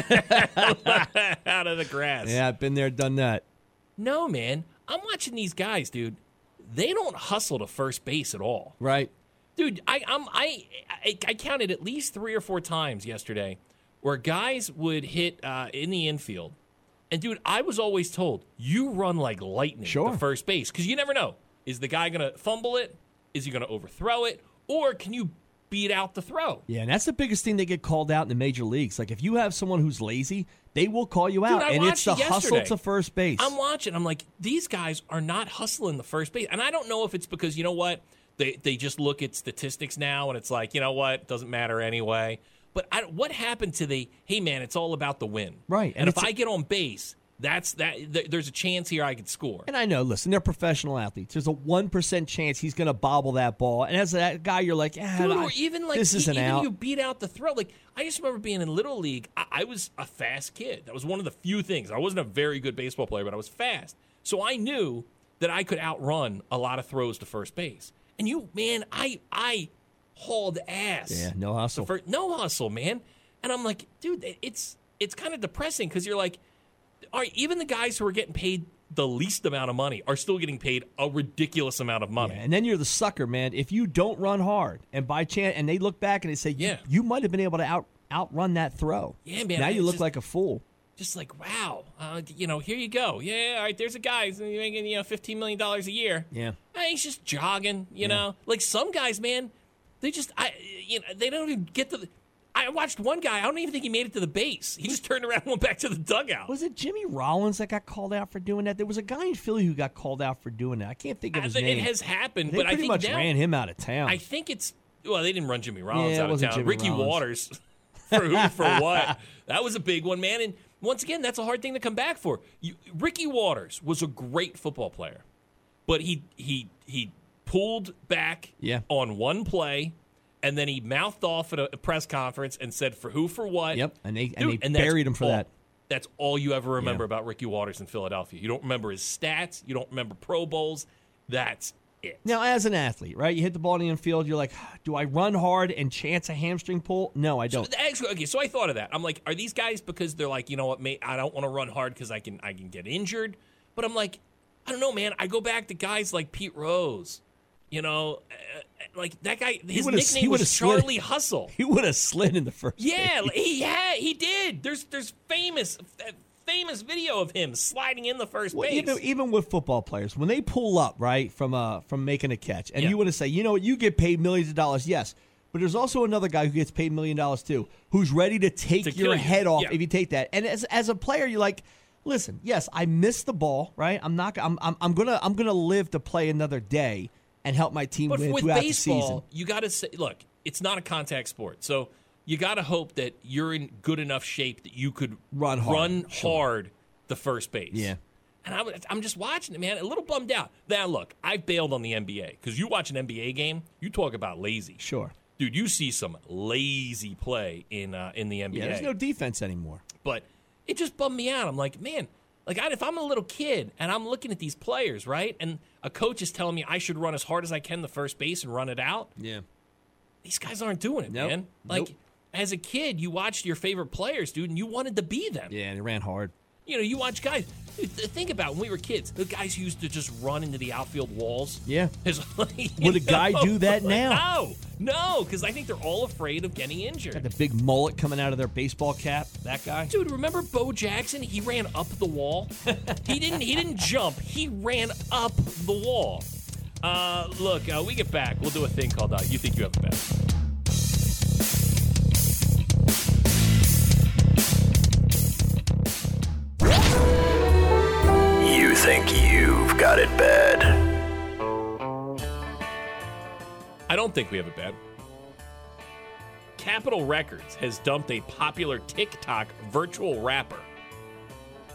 Speaker 2: out of the grass.
Speaker 1: Yeah, I've been there, done that.
Speaker 2: No, man. I'm watching these guys, dude. They don't hustle to first base at all.
Speaker 1: Right.
Speaker 2: Dude, I I'm, I I I counted at least 3 or 4 times yesterday where guys would hit uh, in the infield. And dude, I was always told, you run like lightning
Speaker 1: Sure.
Speaker 2: to first base cuz you never know. Is the guy going to fumble it? Is he going to overthrow it? Or can you beat out the throw?
Speaker 1: Yeah, and that's the biggest thing they get called out in the major leagues. Like if you have someone who's lazy, they will call you out,
Speaker 2: I
Speaker 1: and it's
Speaker 2: watched
Speaker 1: the
Speaker 2: it
Speaker 1: hustle
Speaker 2: yesterday.
Speaker 1: to first base.
Speaker 2: I'm watching. I'm like, these guys are not hustling the first base, and I don't know if it's because you know what they they just look at statistics now, and it's like you know what it doesn't matter anyway. But I, what happened to the hey man? It's all about the win,
Speaker 1: Right, and
Speaker 2: And, if
Speaker 1: it's-
Speaker 2: I get on base, that's that. Th- there's a chance here I could score.
Speaker 1: And I know, listen, they're professional athletes. There's a one percent chance he's going to bobble that ball. And as that guy, you're like, "Ah,
Speaker 2: Dude,
Speaker 1: I-
Speaker 2: or even like
Speaker 1: this
Speaker 2: e-
Speaker 1: isn't
Speaker 2: even
Speaker 1: out.
Speaker 2: you beat out the throw. Like I just remember being in little league. I, I was a fast kid. That was one of the few things. I wasn't a very good baseball player, but I was fast. So I knew that I could outrun a lot of throws to first base. And you, man, I I hauled ass.
Speaker 1: Yeah, no hustle.
Speaker 2: The fir- no hustle, man. And I'm like, dude, it- it's it's kind of depressing because you're like, all right, even the guys who are getting paid the least amount of money are still getting paid a ridiculous amount of money.
Speaker 1: and then you're the sucker, man. If you don't run hard, and by chance, and they look back and they say, "You-
Speaker 2: Yeah.
Speaker 1: you, might have been able to out outrun that throw."
Speaker 2: Yeah, man,
Speaker 1: Now
Speaker 2: I-
Speaker 1: you
Speaker 2: it's
Speaker 1: look
Speaker 2: just-
Speaker 1: like a fool.
Speaker 2: just like wow, uh, you know, here you go. Yeah, all right. There's a guy who's making you know fifteen million dollars a year.
Speaker 1: Yeah.
Speaker 2: Hey, he's just jogging. You know, like some guys, man, they just I you know they don't even get to. the I watched one guy. I don't even think he made it to the base. He just turned around and went back to the dugout.
Speaker 1: Was it Jimmy Rollins that got called out for doing that? There was a guy in Philly who got called out for doing that. I can't think of
Speaker 2: I
Speaker 1: his
Speaker 2: think
Speaker 1: name.
Speaker 2: it has happened,
Speaker 1: they
Speaker 2: but
Speaker 1: pretty
Speaker 2: I think
Speaker 1: much
Speaker 2: now,
Speaker 1: ran him out of town.
Speaker 2: I think it's well, they didn't run Jimmy Rollins
Speaker 1: Yeah, it
Speaker 2: out of
Speaker 1: wasn't
Speaker 2: town.
Speaker 1: Jimmy
Speaker 2: Ricky
Speaker 1: Rollins.
Speaker 2: Waters for who for what? That was a big one, man. And once again, that's a hard thing to come back for. You, Ricky Waters was a great football player, but he he he pulled back
Speaker 1: Yeah.
Speaker 2: on one play. And then he mouthed off at a a press conference and said, "For who, for what?"
Speaker 1: Yep, and they- and they
Speaker 2: that's
Speaker 1: buried him for
Speaker 2: all-
Speaker 1: that.
Speaker 2: That's all you ever remember about Ricky Waters in Philadelphia. You don't remember his stats. You don't remember Pro Bowls. That's it.
Speaker 1: Now, as an athlete, right? You hit the ball in the infield. You're like, do I run hard and chance a hamstring pull? No, I don't.
Speaker 2: Actually, okay, so I thought of that. I'm like, are these guys because they're like, you know what, mate, I don't want to run hard because I can I can get injured. But I'm like, I don't know, man. I go back to guys like Pete Rose, you know, uh, like that guy. His
Speaker 1: would've- he
Speaker 2: nickname
Speaker 1: would've
Speaker 2: was
Speaker 1: slid-
Speaker 2: Charlie Hustle.
Speaker 1: he would have slid in the first.
Speaker 2: Yeah, like, he had he did. There's there's famous uh, famous video of him sliding in the first
Speaker 1: Well,
Speaker 2: base.
Speaker 1: you know, even with football players, when they pull up, right, from uh from making a catch, and
Speaker 2: Yeah.
Speaker 1: you want to say, you know what, you get paid millions of dollars, yes, But there's also another guy who gets paid a million dollars too, who's ready to take
Speaker 2: To kill
Speaker 1: your
Speaker 2: you.
Speaker 1: head off
Speaker 2: Yeah.
Speaker 1: if you take that. And as as a player, you're like, listen, yes, I missed the ball, right? I'm not. I'm I'm, I'm gonna I'm gonna live to play another day and help my team
Speaker 2: But
Speaker 1: win
Speaker 2: with
Speaker 1: throughout the season.
Speaker 2: baseball, you got to say, look, it's not a contact sport, so you got to hope that you're in good enough shape that you could
Speaker 1: Run hard,
Speaker 2: run
Speaker 1: sure.
Speaker 2: hard the first base.
Speaker 1: Yeah.
Speaker 2: And I would, I'm just watching it, man. A little bummed out. Now, look, I bailed on the NBA because you watch an NBA game, you talk about lazy.
Speaker 1: Sure.
Speaker 2: Dude, you see some lazy play in uh, in the NBA.
Speaker 1: Yeah, there's no defense anymore.
Speaker 2: but it just bummed me out. I'm like, man, like I, if I'm a little kid and I'm looking at these players, right, and a coach is telling me I should run as hard as I can the first base and run it out.
Speaker 1: Yeah.
Speaker 2: These guys aren't doing it,
Speaker 1: Nope.
Speaker 2: man. Like
Speaker 1: Nope.
Speaker 2: as a kid, you watched your favorite players, dude, and you wanted to be them.
Speaker 1: Yeah, and it ran hard.
Speaker 2: You know, you watch guys. dude, th- think about when we were kids. The guys who used to just run into the outfield walls.
Speaker 1: Yeah.
Speaker 2: It's like,
Speaker 1: Would a
Speaker 2: you
Speaker 1: guy
Speaker 2: know?
Speaker 1: do that now?
Speaker 2: No, no, because I think they're all afraid of getting injured.
Speaker 1: Got the big mullet coming out of their baseball cap. That guy.
Speaker 2: Dude, remember Bo Jackson? He ran up the wall. he didn't. He didn't jump. He ran up the wall. Uh, look, uh, we get back. We'll do a thing called uh, "You Think You Have the Best."
Speaker 7: You think you've got it bad.
Speaker 2: I don't think we have it bad. Capitol Records has dumped a popular TikTok virtual rapper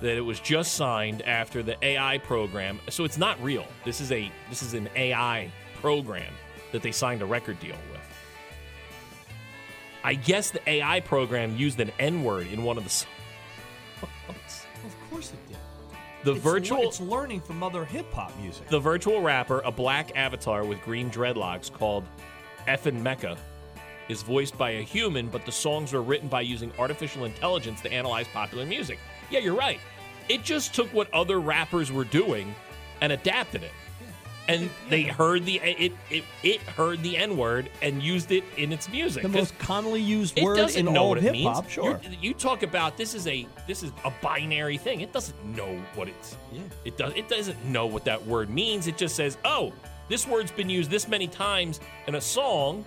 Speaker 2: that it was just signed after the AI program. So it's not real. This is a this is an AI program that they signed a record deal with. I guess the AI program used an N word in one of the songs.
Speaker 1: Of course it did.
Speaker 2: The
Speaker 1: It's
Speaker 2: virtual
Speaker 1: le- it's learning from other hip hop music.
Speaker 2: the virtual rapper, a black avatar with green dreadlocks called Effin Mecca, is voiced by a human, but the songs were written by using artificial intelligence to analyze popular music. Yeah, you're right. It just took what other rappers were doing and adapted it. And they heard the it it, it heard the N word and used it in its music.
Speaker 1: the
Speaker 2: 'Cause-
Speaker 1: most commonly used
Speaker 2: it
Speaker 1: word
Speaker 2: doesn't
Speaker 1: in
Speaker 2: know
Speaker 1: all
Speaker 2: what
Speaker 1: of
Speaker 2: it
Speaker 1: hip
Speaker 2: means.
Speaker 1: hop. Sure.
Speaker 2: You, you talk about this is a this is a binary thing. It doesn't know what it's.
Speaker 1: Yeah.
Speaker 2: It does. It doesn't know what that word means. It just says, "Oh, this word's been used this many times in a song.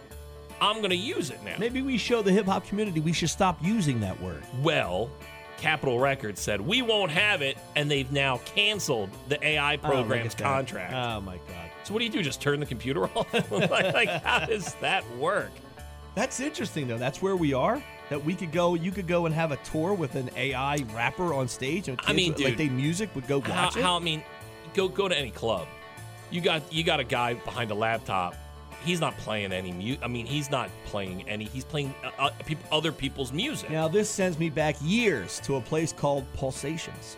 Speaker 2: I'm going to use it now."
Speaker 1: Maybe we show the hip hop community we should stop using that word.
Speaker 2: Oh, Well, Capitol Records said we won't have it, and they've now canceled the
Speaker 1: Oh,
Speaker 2: AI
Speaker 1: look at
Speaker 2: program's
Speaker 1: that.
Speaker 2: contract.
Speaker 1: Oh my god,
Speaker 2: so what do you do? Just turn the computer off? like, like, how does that work?
Speaker 1: that's interesting though. That's where we are. That we could go, you could go and have a tour with an AI rapper on stage, and
Speaker 2: I
Speaker 1: kids,
Speaker 2: mean,
Speaker 1: would- like
Speaker 2: dude,
Speaker 1: they music would go
Speaker 2: how,
Speaker 1: watch it.
Speaker 2: how I mean, go go to any club. You got you got a guy behind a laptop. He's not playing any mu I mean, he's not playing any. He's playing uh, uh, peop other people's music.
Speaker 1: Now, this sends me back years to a place called Pulsations,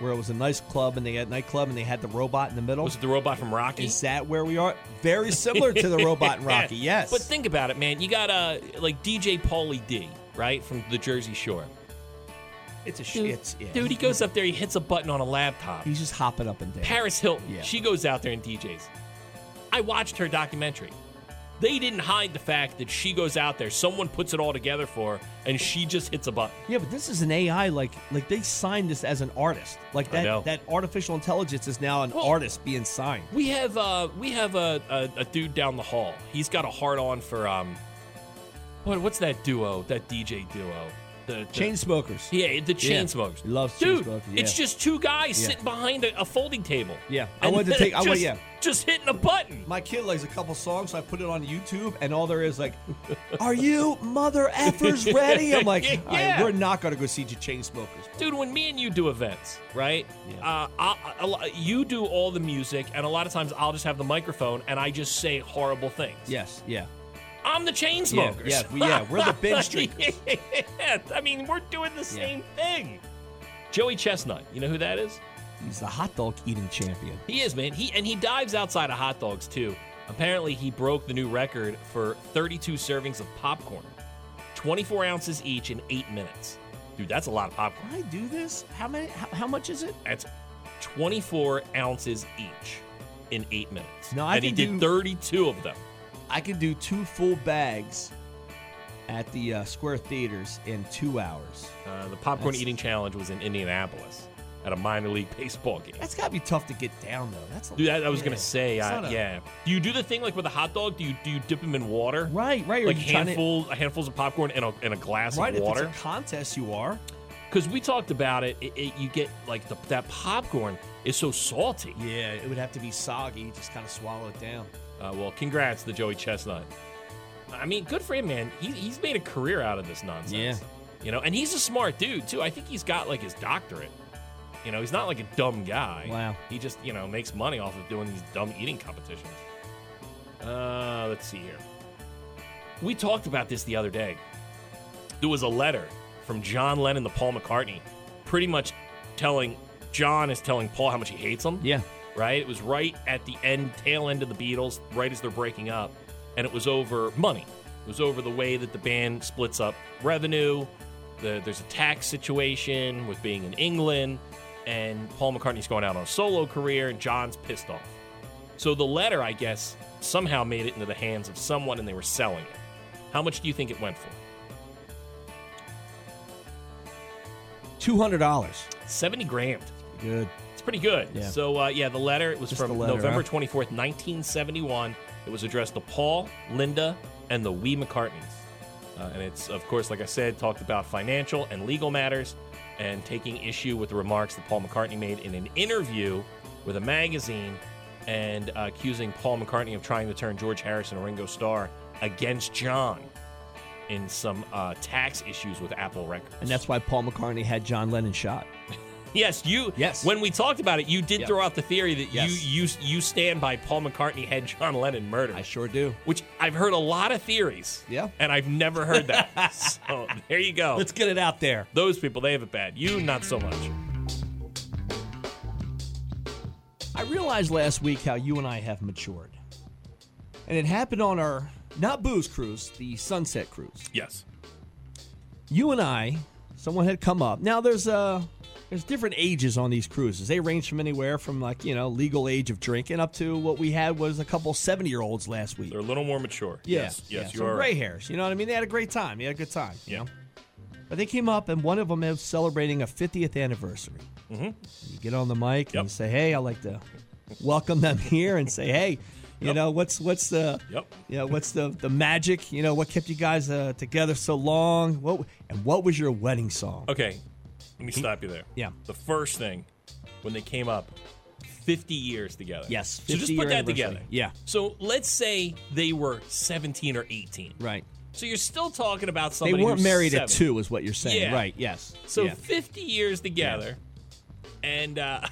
Speaker 1: where it was a nice club and they had nightclub and they had the robot in the middle.
Speaker 2: Was it the robot from Rocky?
Speaker 1: Is that where we are? Very similar to the robot in Rocky, yes.
Speaker 2: But think about it, man. You got uh, like DJ Paulie D, right, from the Jersey Shore.
Speaker 1: it's a shit.
Speaker 2: Dude,
Speaker 1: It's, yeah.
Speaker 2: dude, he goes up there, he hits a button on a laptop.
Speaker 1: He's just hopping up and down.
Speaker 2: Paris Hilton.
Speaker 1: Yeah.
Speaker 2: She goes out there and DJs. I watched her documentary. They didn't hide the fact that she goes out there, someone puts it all together for her, and she just hits a button.
Speaker 1: Yeah, but this is an AI. Like, like they signed this as an artist. Like
Speaker 2: I know.
Speaker 1: that, that artificial intelligence is now an
Speaker 2: Well-
Speaker 1: artist being signed.
Speaker 2: We have uh we have a, a, a dude down the hall. He's got a hard on for um what what's that duo, that DJ duo? The, the
Speaker 1: Chain smokers.
Speaker 2: Yeah, the chain smokers.
Speaker 1: He loves
Speaker 2: Dude,
Speaker 1: Chainsmokers,
Speaker 2: it's
Speaker 1: yeah.
Speaker 2: just two guys
Speaker 1: Yeah.
Speaker 2: sitting behind a, a folding table.
Speaker 1: Yeah, I
Speaker 2: And
Speaker 1: wanted to
Speaker 2: then
Speaker 1: take- I
Speaker 2: just,
Speaker 1: wa- yeah.
Speaker 2: just hitting a button.
Speaker 1: My kid likes a couple songs, so I put it on YouTube, and all there is like, "Are you mother effers ready?" I'm like,
Speaker 2: Yeah.
Speaker 1: "All right, "We're not gonna go see your chain smokers."
Speaker 2: Dude, when me and you do events, right? Uh, I, I- a lo- you do all the music, and a lot of times I'll just have the microphone and I just say horrible things.
Speaker 1: Yes, yeah,
Speaker 2: I'm the chain smokers.
Speaker 1: yeah, we- yeah, we're the binge drinkers.
Speaker 2: yeah, I mean, we're doing the same thing. Joey Chestnut, you know who that is?
Speaker 1: he's the hot dog eating champion.
Speaker 2: He is, man. He and he dives outside of hot dogs too. Apparently, he broke the new record for 32 servings of popcorn, 24 ounces each in eight minutes. Dude, that's a lot of popcorn.
Speaker 1: Can I do this? How many? How, how much is it?
Speaker 2: That's 24 ounces each in eight minutes.
Speaker 1: No, I
Speaker 2: and he
Speaker 1: can do-
Speaker 2: did 32 of them.
Speaker 1: I can do two full bags at the uh, Square Theaters in two hours.
Speaker 2: Uh, the popcorn
Speaker 1: That's-
Speaker 2: eating challenge was in Indianapolis. at a minor league baseball game.
Speaker 1: That's got to be tough to get down though. That's a
Speaker 2: Dude, I, I was gonna
Speaker 1: yeah.
Speaker 2: say,
Speaker 1: It's
Speaker 2: I,
Speaker 1: not a-
Speaker 2: yeah. Do you do the thing like with a hot dog? Do you do you dip them in water?
Speaker 1: Right, right. or
Speaker 2: Like
Speaker 1: you tryna-
Speaker 2: handful, handfuls of popcorn and a, and a glass
Speaker 1: right,
Speaker 2: of water.
Speaker 1: If it's a contest, you are.
Speaker 2: Because we talked about it, it, it you get like the, that popcorn is so salty.
Speaker 1: Yeah, it would have to be soggy. Just kind of swallow it down.
Speaker 2: Uh, well, congrats to Joey Chestnut. I mean, good for him, man. He, he's made a career out of this nonsense.
Speaker 1: Yeah.
Speaker 2: You know, and he's a smart dude too. I think he's got like his doctorate. You know, he's not like a dumb guy.
Speaker 1: Wow.
Speaker 2: He just, you know, makes money off of doing these dumb eating competitions. Uh, let's see here. We talked about this the other day. There was a letter from John Lennon to Paul McCartney, pretty much telling John is telling Paul how much he hates him.
Speaker 1: Yeah.
Speaker 2: Right? It was right at the end, tail end of the Beatles, right as they're breaking up. And it was over money. It was over the way that the band splits up revenue. The, there's a tax situation with being in England. And Paul McCartney's going out on a solo career, and John's pissed off. So the letter, I guess, somehow made it into the hands of someone and they were selling it. How much do you think it went for?
Speaker 1: Two hundred dollars.
Speaker 2: 70 grand.
Speaker 1: Good.
Speaker 2: It's pretty good.
Speaker 1: Yeah.
Speaker 2: So, uh, yeah, the letter, it was
Speaker 1: Just the
Speaker 2: from
Speaker 1: letter,
Speaker 2: November
Speaker 1: huh?
Speaker 2: 24th, 1971. It was addressed to Paul, Linda, and the Wee McCartneys. Uh, and it's, of course, like I said, talked about financial and legal matters and taking issue with the remarks that Paul McCartney made in an interview with a magazine and uh, accusing Paul McCartney of trying to turn George Harrison and Ringo Starr against John in some uh, tax issues with Apple Records.
Speaker 1: And that's why Paul McCartney had John Lennon shot.
Speaker 2: Yes, you.
Speaker 1: Yes.
Speaker 2: When we talked about it, you did
Speaker 1: Yeah.
Speaker 2: throw out the theory that
Speaker 1: Yes.
Speaker 2: you you you stand by Paul McCartney had John Lennon murdered,
Speaker 1: I sure do.
Speaker 2: which I've heard a lot of theories.
Speaker 1: Yeah.
Speaker 2: And I've never heard that. so there you go.
Speaker 1: Let's get it out there.
Speaker 2: Those people they have it bad. You not so much.
Speaker 1: I realized last week how you and I have matured. And it happened on our, not booze cruise, the sunset cruise.
Speaker 2: Yes.
Speaker 1: You and I, someone had come up. Now there's uh there's different ages on these cruises. They range from anywhere from like, you know, legal age of drinking up to what we had was a couple 70 year olds last week.
Speaker 2: They're a little more mature.
Speaker 1: Yeah,
Speaker 2: Yes. Yes.
Speaker 1: yeah.
Speaker 2: You
Speaker 1: Some
Speaker 2: are.
Speaker 1: gray
Speaker 2: right.
Speaker 1: hairs. You know what I mean? They had a great time. They had a good time. you
Speaker 2: Yeah.
Speaker 1: know? But they came up, and one of them is celebrating a 50th anniversary. Mm-hmm. You get on the mic and
Speaker 2: Yep.
Speaker 1: you say, "Hey, I like to welcome them here," and say, "Hey, you know what's what's the
Speaker 2: Yep.
Speaker 1: you know, what's the the magic? You know what kept you guys uh, together so long? What and what was your wedding song?"
Speaker 2: Okay. Let me stop you there.
Speaker 1: Yeah.
Speaker 2: The first thing when they came up, 50 years together.
Speaker 1: Yes,
Speaker 2: So just
Speaker 1: 50
Speaker 2: put
Speaker 1: year
Speaker 2: that
Speaker 1: anniversary.
Speaker 2: together.
Speaker 1: Yeah.
Speaker 2: So let's say they were 17 or 18.
Speaker 1: Right.
Speaker 2: So you're still talking about
Speaker 1: They
Speaker 2: somebody
Speaker 1: weren't
Speaker 2: who's
Speaker 1: married
Speaker 2: seven.
Speaker 1: at two, is what you're saying,
Speaker 2: Yeah.
Speaker 1: right? Yes.
Speaker 2: So
Speaker 1: yeah.
Speaker 2: 50 years together, and uh,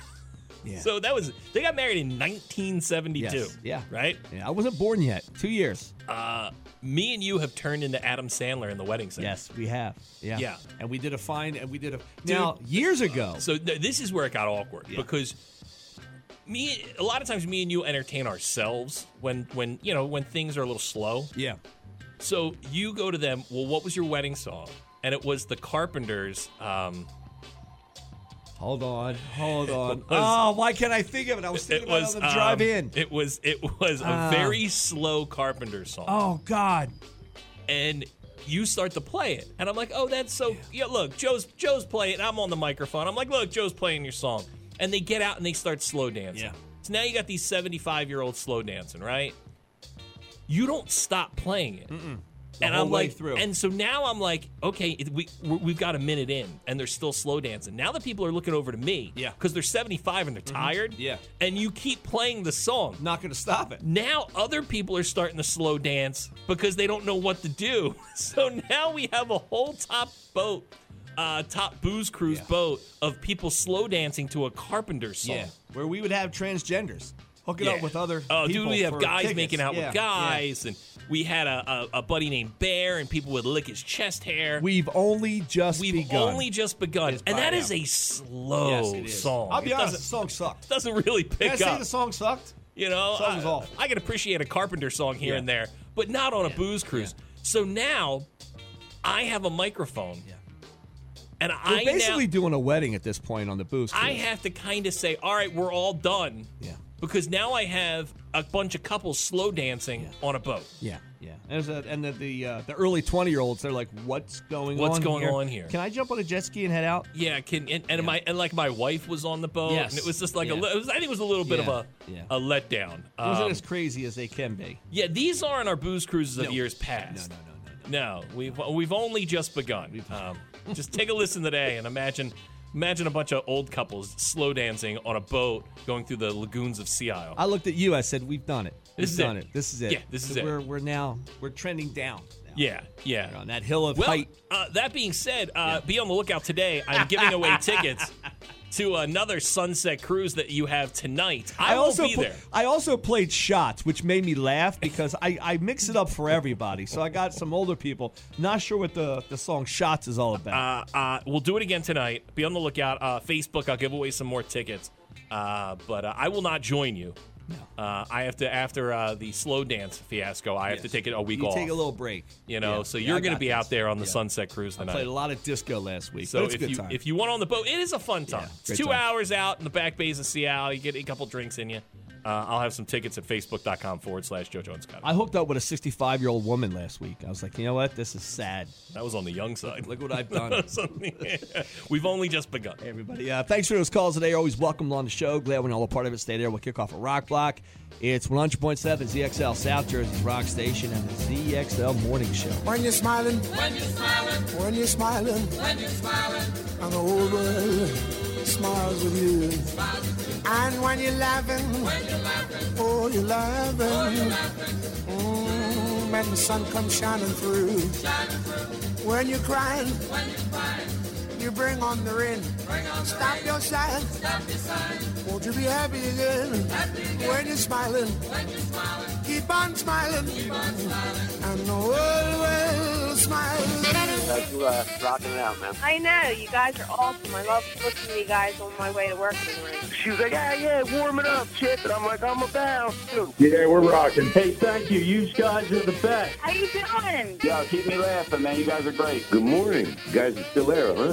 Speaker 1: Yeah.
Speaker 2: so that was they got married in 1972.
Speaker 1: Yes, yeah.
Speaker 2: right.
Speaker 1: Yeah, I wasn't born yet. Two years.
Speaker 2: Uh, me and you have turned into Adam Sandler in the wedding scene.
Speaker 1: Yes, we have. Yeah.
Speaker 2: Yeah. uh,
Speaker 1: And we did a fine, and we did a now years ago.
Speaker 2: So th- this is where it got awkward because me a lot of times me and you entertain ourselves when when you know when things are a little slow.
Speaker 1: yeah.
Speaker 2: So you go to them. Well, what was your wedding song? And it was the Carpenters. Um,
Speaker 1: Hold on, hold on.
Speaker 2: was-
Speaker 1: oh, why can't I think of it? I was thinking
Speaker 2: it was
Speaker 1: about it on the drive
Speaker 2: um,
Speaker 1: in.
Speaker 2: It was it was a
Speaker 1: Ah.
Speaker 2: very slow Carpenter song.
Speaker 1: Oh God,
Speaker 2: and you start to play it and i'm like oh that's so yeah look joe's joe's playing i'm on the microphone i'm like look joe's playing your song and they get out and they start slow dancing
Speaker 1: Yeah.
Speaker 2: so now you got these 75 year olds slow dancing right you don't stop playing it and
Speaker 1: whole
Speaker 2: i'm
Speaker 1: way
Speaker 2: like
Speaker 1: through.
Speaker 2: and so now i'm like okay it- we we- we've got a minute in and they're still slow dancing now the people are looking over to me
Speaker 1: Yeah. Mm-hmm.
Speaker 2: because they're 75 and they're tired
Speaker 1: Yeah.
Speaker 2: and you keep playing the song
Speaker 1: not going to stop it.
Speaker 2: now other people are starting to slow dance because they don't know what to do. So now we have a whole top boat, uh, top booze cruise
Speaker 1: Yeah.
Speaker 2: boat of people slow dancing to a Carpenter song.
Speaker 1: Yeah, where we would have transgenders hooking
Speaker 2: Yeah.
Speaker 1: up with other.
Speaker 2: Oh, dude,
Speaker 1: people
Speaker 2: we have
Speaker 1: for
Speaker 2: guys
Speaker 1: tickets.
Speaker 2: making out
Speaker 1: Yeah,
Speaker 2: with
Speaker 1: yeah.
Speaker 2: guys, and we had a, a, a buddy named Bear, and people would lick his chest hair.
Speaker 1: We've only just
Speaker 2: We've
Speaker 1: begun.
Speaker 2: only just begun,
Speaker 1: It's
Speaker 2: and
Speaker 1: by
Speaker 2: that
Speaker 1: now.
Speaker 2: is a slow
Speaker 1: yes, it is.
Speaker 2: song.
Speaker 1: I'll be
Speaker 2: It
Speaker 1: honest, the
Speaker 2: doesn't-
Speaker 1: song sucked.
Speaker 2: doesn't really
Speaker 1: Can I
Speaker 2: pick
Speaker 1: say
Speaker 2: up.
Speaker 1: the song sucked?
Speaker 2: You know,
Speaker 1: Song was
Speaker 2: I,
Speaker 1: awful.
Speaker 2: I can appreciate a Carpenter song here
Speaker 1: Yeah.
Speaker 2: and there, but not on a booze cruise. So now I have a microphone,
Speaker 1: Yeah.
Speaker 2: and
Speaker 1: We're
Speaker 2: I
Speaker 1: basically
Speaker 2: now,
Speaker 1: doing a wedding at this point on the boost.
Speaker 2: I have to kind of say, all right, we're all done,
Speaker 1: Yeah.
Speaker 2: because now I have a bunch of couples slow dancing on a boat.
Speaker 1: Yeah. Yeah, and, there's a, and the the, uh, the early twenty year olds, they're like, "What's going
Speaker 2: What's
Speaker 1: on?
Speaker 2: going
Speaker 1: here?
Speaker 2: on here?
Speaker 1: Can I jump on a jet ski and head out?"
Speaker 2: Yeah, can and, and my and like my wife was on the boat,
Speaker 1: Yes.
Speaker 2: and it was just like a
Speaker 1: Yeah.
Speaker 2: li- it was, I think it was a little bit
Speaker 1: Yeah.
Speaker 2: of a a letdown.
Speaker 1: It wasn't
Speaker 2: Um,
Speaker 1: as crazy as they can be.
Speaker 2: yeah, these aren't our booze cruises of years past. No, no, no, no, no. we've we've only just begun. Um, just take a listen today and imagine imagine a bunch of old couples slow dancing on a boat going through the lagoons of Sea Isle.
Speaker 1: I looked at you. I said, "We've done it. We've
Speaker 2: This is
Speaker 1: done
Speaker 2: it.
Speaker 1: it. This is it.
Speaker 2: Yeah, this is it.
Speaker 1: We're we're now we're trending down. now.
Speaker 2: Yeah, yeah. On
Speaker 1: that hill of
Speaker 2: well,
Speaker 1: height.
Speaker 2: Uh, that being said, uh, be on the lookout today. I'm giving away tickets to another sunset cruise that you have tonight. I, will
Speaker 1: also
Speaker 2: be
Speaker 1: pl-
Speaker 2: there.
Speaker 1: I also played shots, which made me laugh because I, I mix it up for everybody. So I got some older people. Not sure what the, the song "Shots" is all about.
Speaker 2: Uh, uh, we'll do it again tonight. Be on the lookout. Uh, Facebook, I'll give away some more tickets. Uh, but uh, I will not join you. Uh, I have to after uh, the slow dance fiasco. I have to take it a week
Speaker 1: you
Speaker 2: off.
Speaker 1: take a little break.
Speaker 2: You know,
Speaker 1: Yeah,
Speaker 2: so
Speaker 1: yeah,
Speaker 2: you're
Speaker 1: I
Speaker 2: going to
Speaker 1: got
Speaker 2: be
Speaker 1: this.
Speaker 2: out there on the
Speaker 1: Yeah.
Speaker 2: sunset cruise
Speaker 1: I
Speaker 2: tonight.
Speaker 1: played a lot of disco last week.
Speaker 2: So
Speaker 1: but it's
Speaker 2: if
Speaker 1: a good
Speaker 2: you
Speaker 1: time.
Speaker 2: if you want on the boat, it is a fun time. it's
Speaker 1: great
Speaker 2: two
Speaker 1: time.
Speaker 2: hours out in the back bays of Seattle. You get a couple drinks in you. Uh, I'll have some tickets at facebook.com forward slash JoJo and Scott.
Speaker 1: I hooked up with a 65 year old woman last week. I was like, you know what? This is sad.
Speaker 2: That was on the young side.
Speaker 1: Look what I've done.
Speaker 2: We've only just begun.
Speaker 1: everybody. Yeah, thanks for those calls today. You're always welcome on the show. Glad we're all a part of it. Stay there. We'll kick off at Rock Block. It's 100.7 ZXL South Jersey's Rock Station and the ZXL Morning Show.
Speaker 5: When you're smiling, when you're smiling, when you're smiling, when you're smiling, and the whole world smiles with you. And when you're laughing, when you're laughing, oh, you're laughing. Mm, when the sun comes shining through. When you're crying, when you're crying, you bring on the rain. Stop your sighing. Stop your sighing. Won't you be happy again? Happy again. When you're smiling, when you're smiling, keep on smiling. Keep on smiling. And the world will smile.
Speaker 8: you uh, rocking it out, man.
Speaker 9: I know, you guys are awesome. I love listening to you guys on my way to work in the morning.
Speaker 8: She was like, yeah, yeah, warm it up, chick. And I'm like, I'm about to.
Speaker 10: Yeah, we're rocking. Hey, thank you. You guys are the best.
Speaker 9: How you doing?
Speaker 10: Yo, keep me laughing, man. You guys are great.
Speaker 11: Good morning. You guys are still there, huh?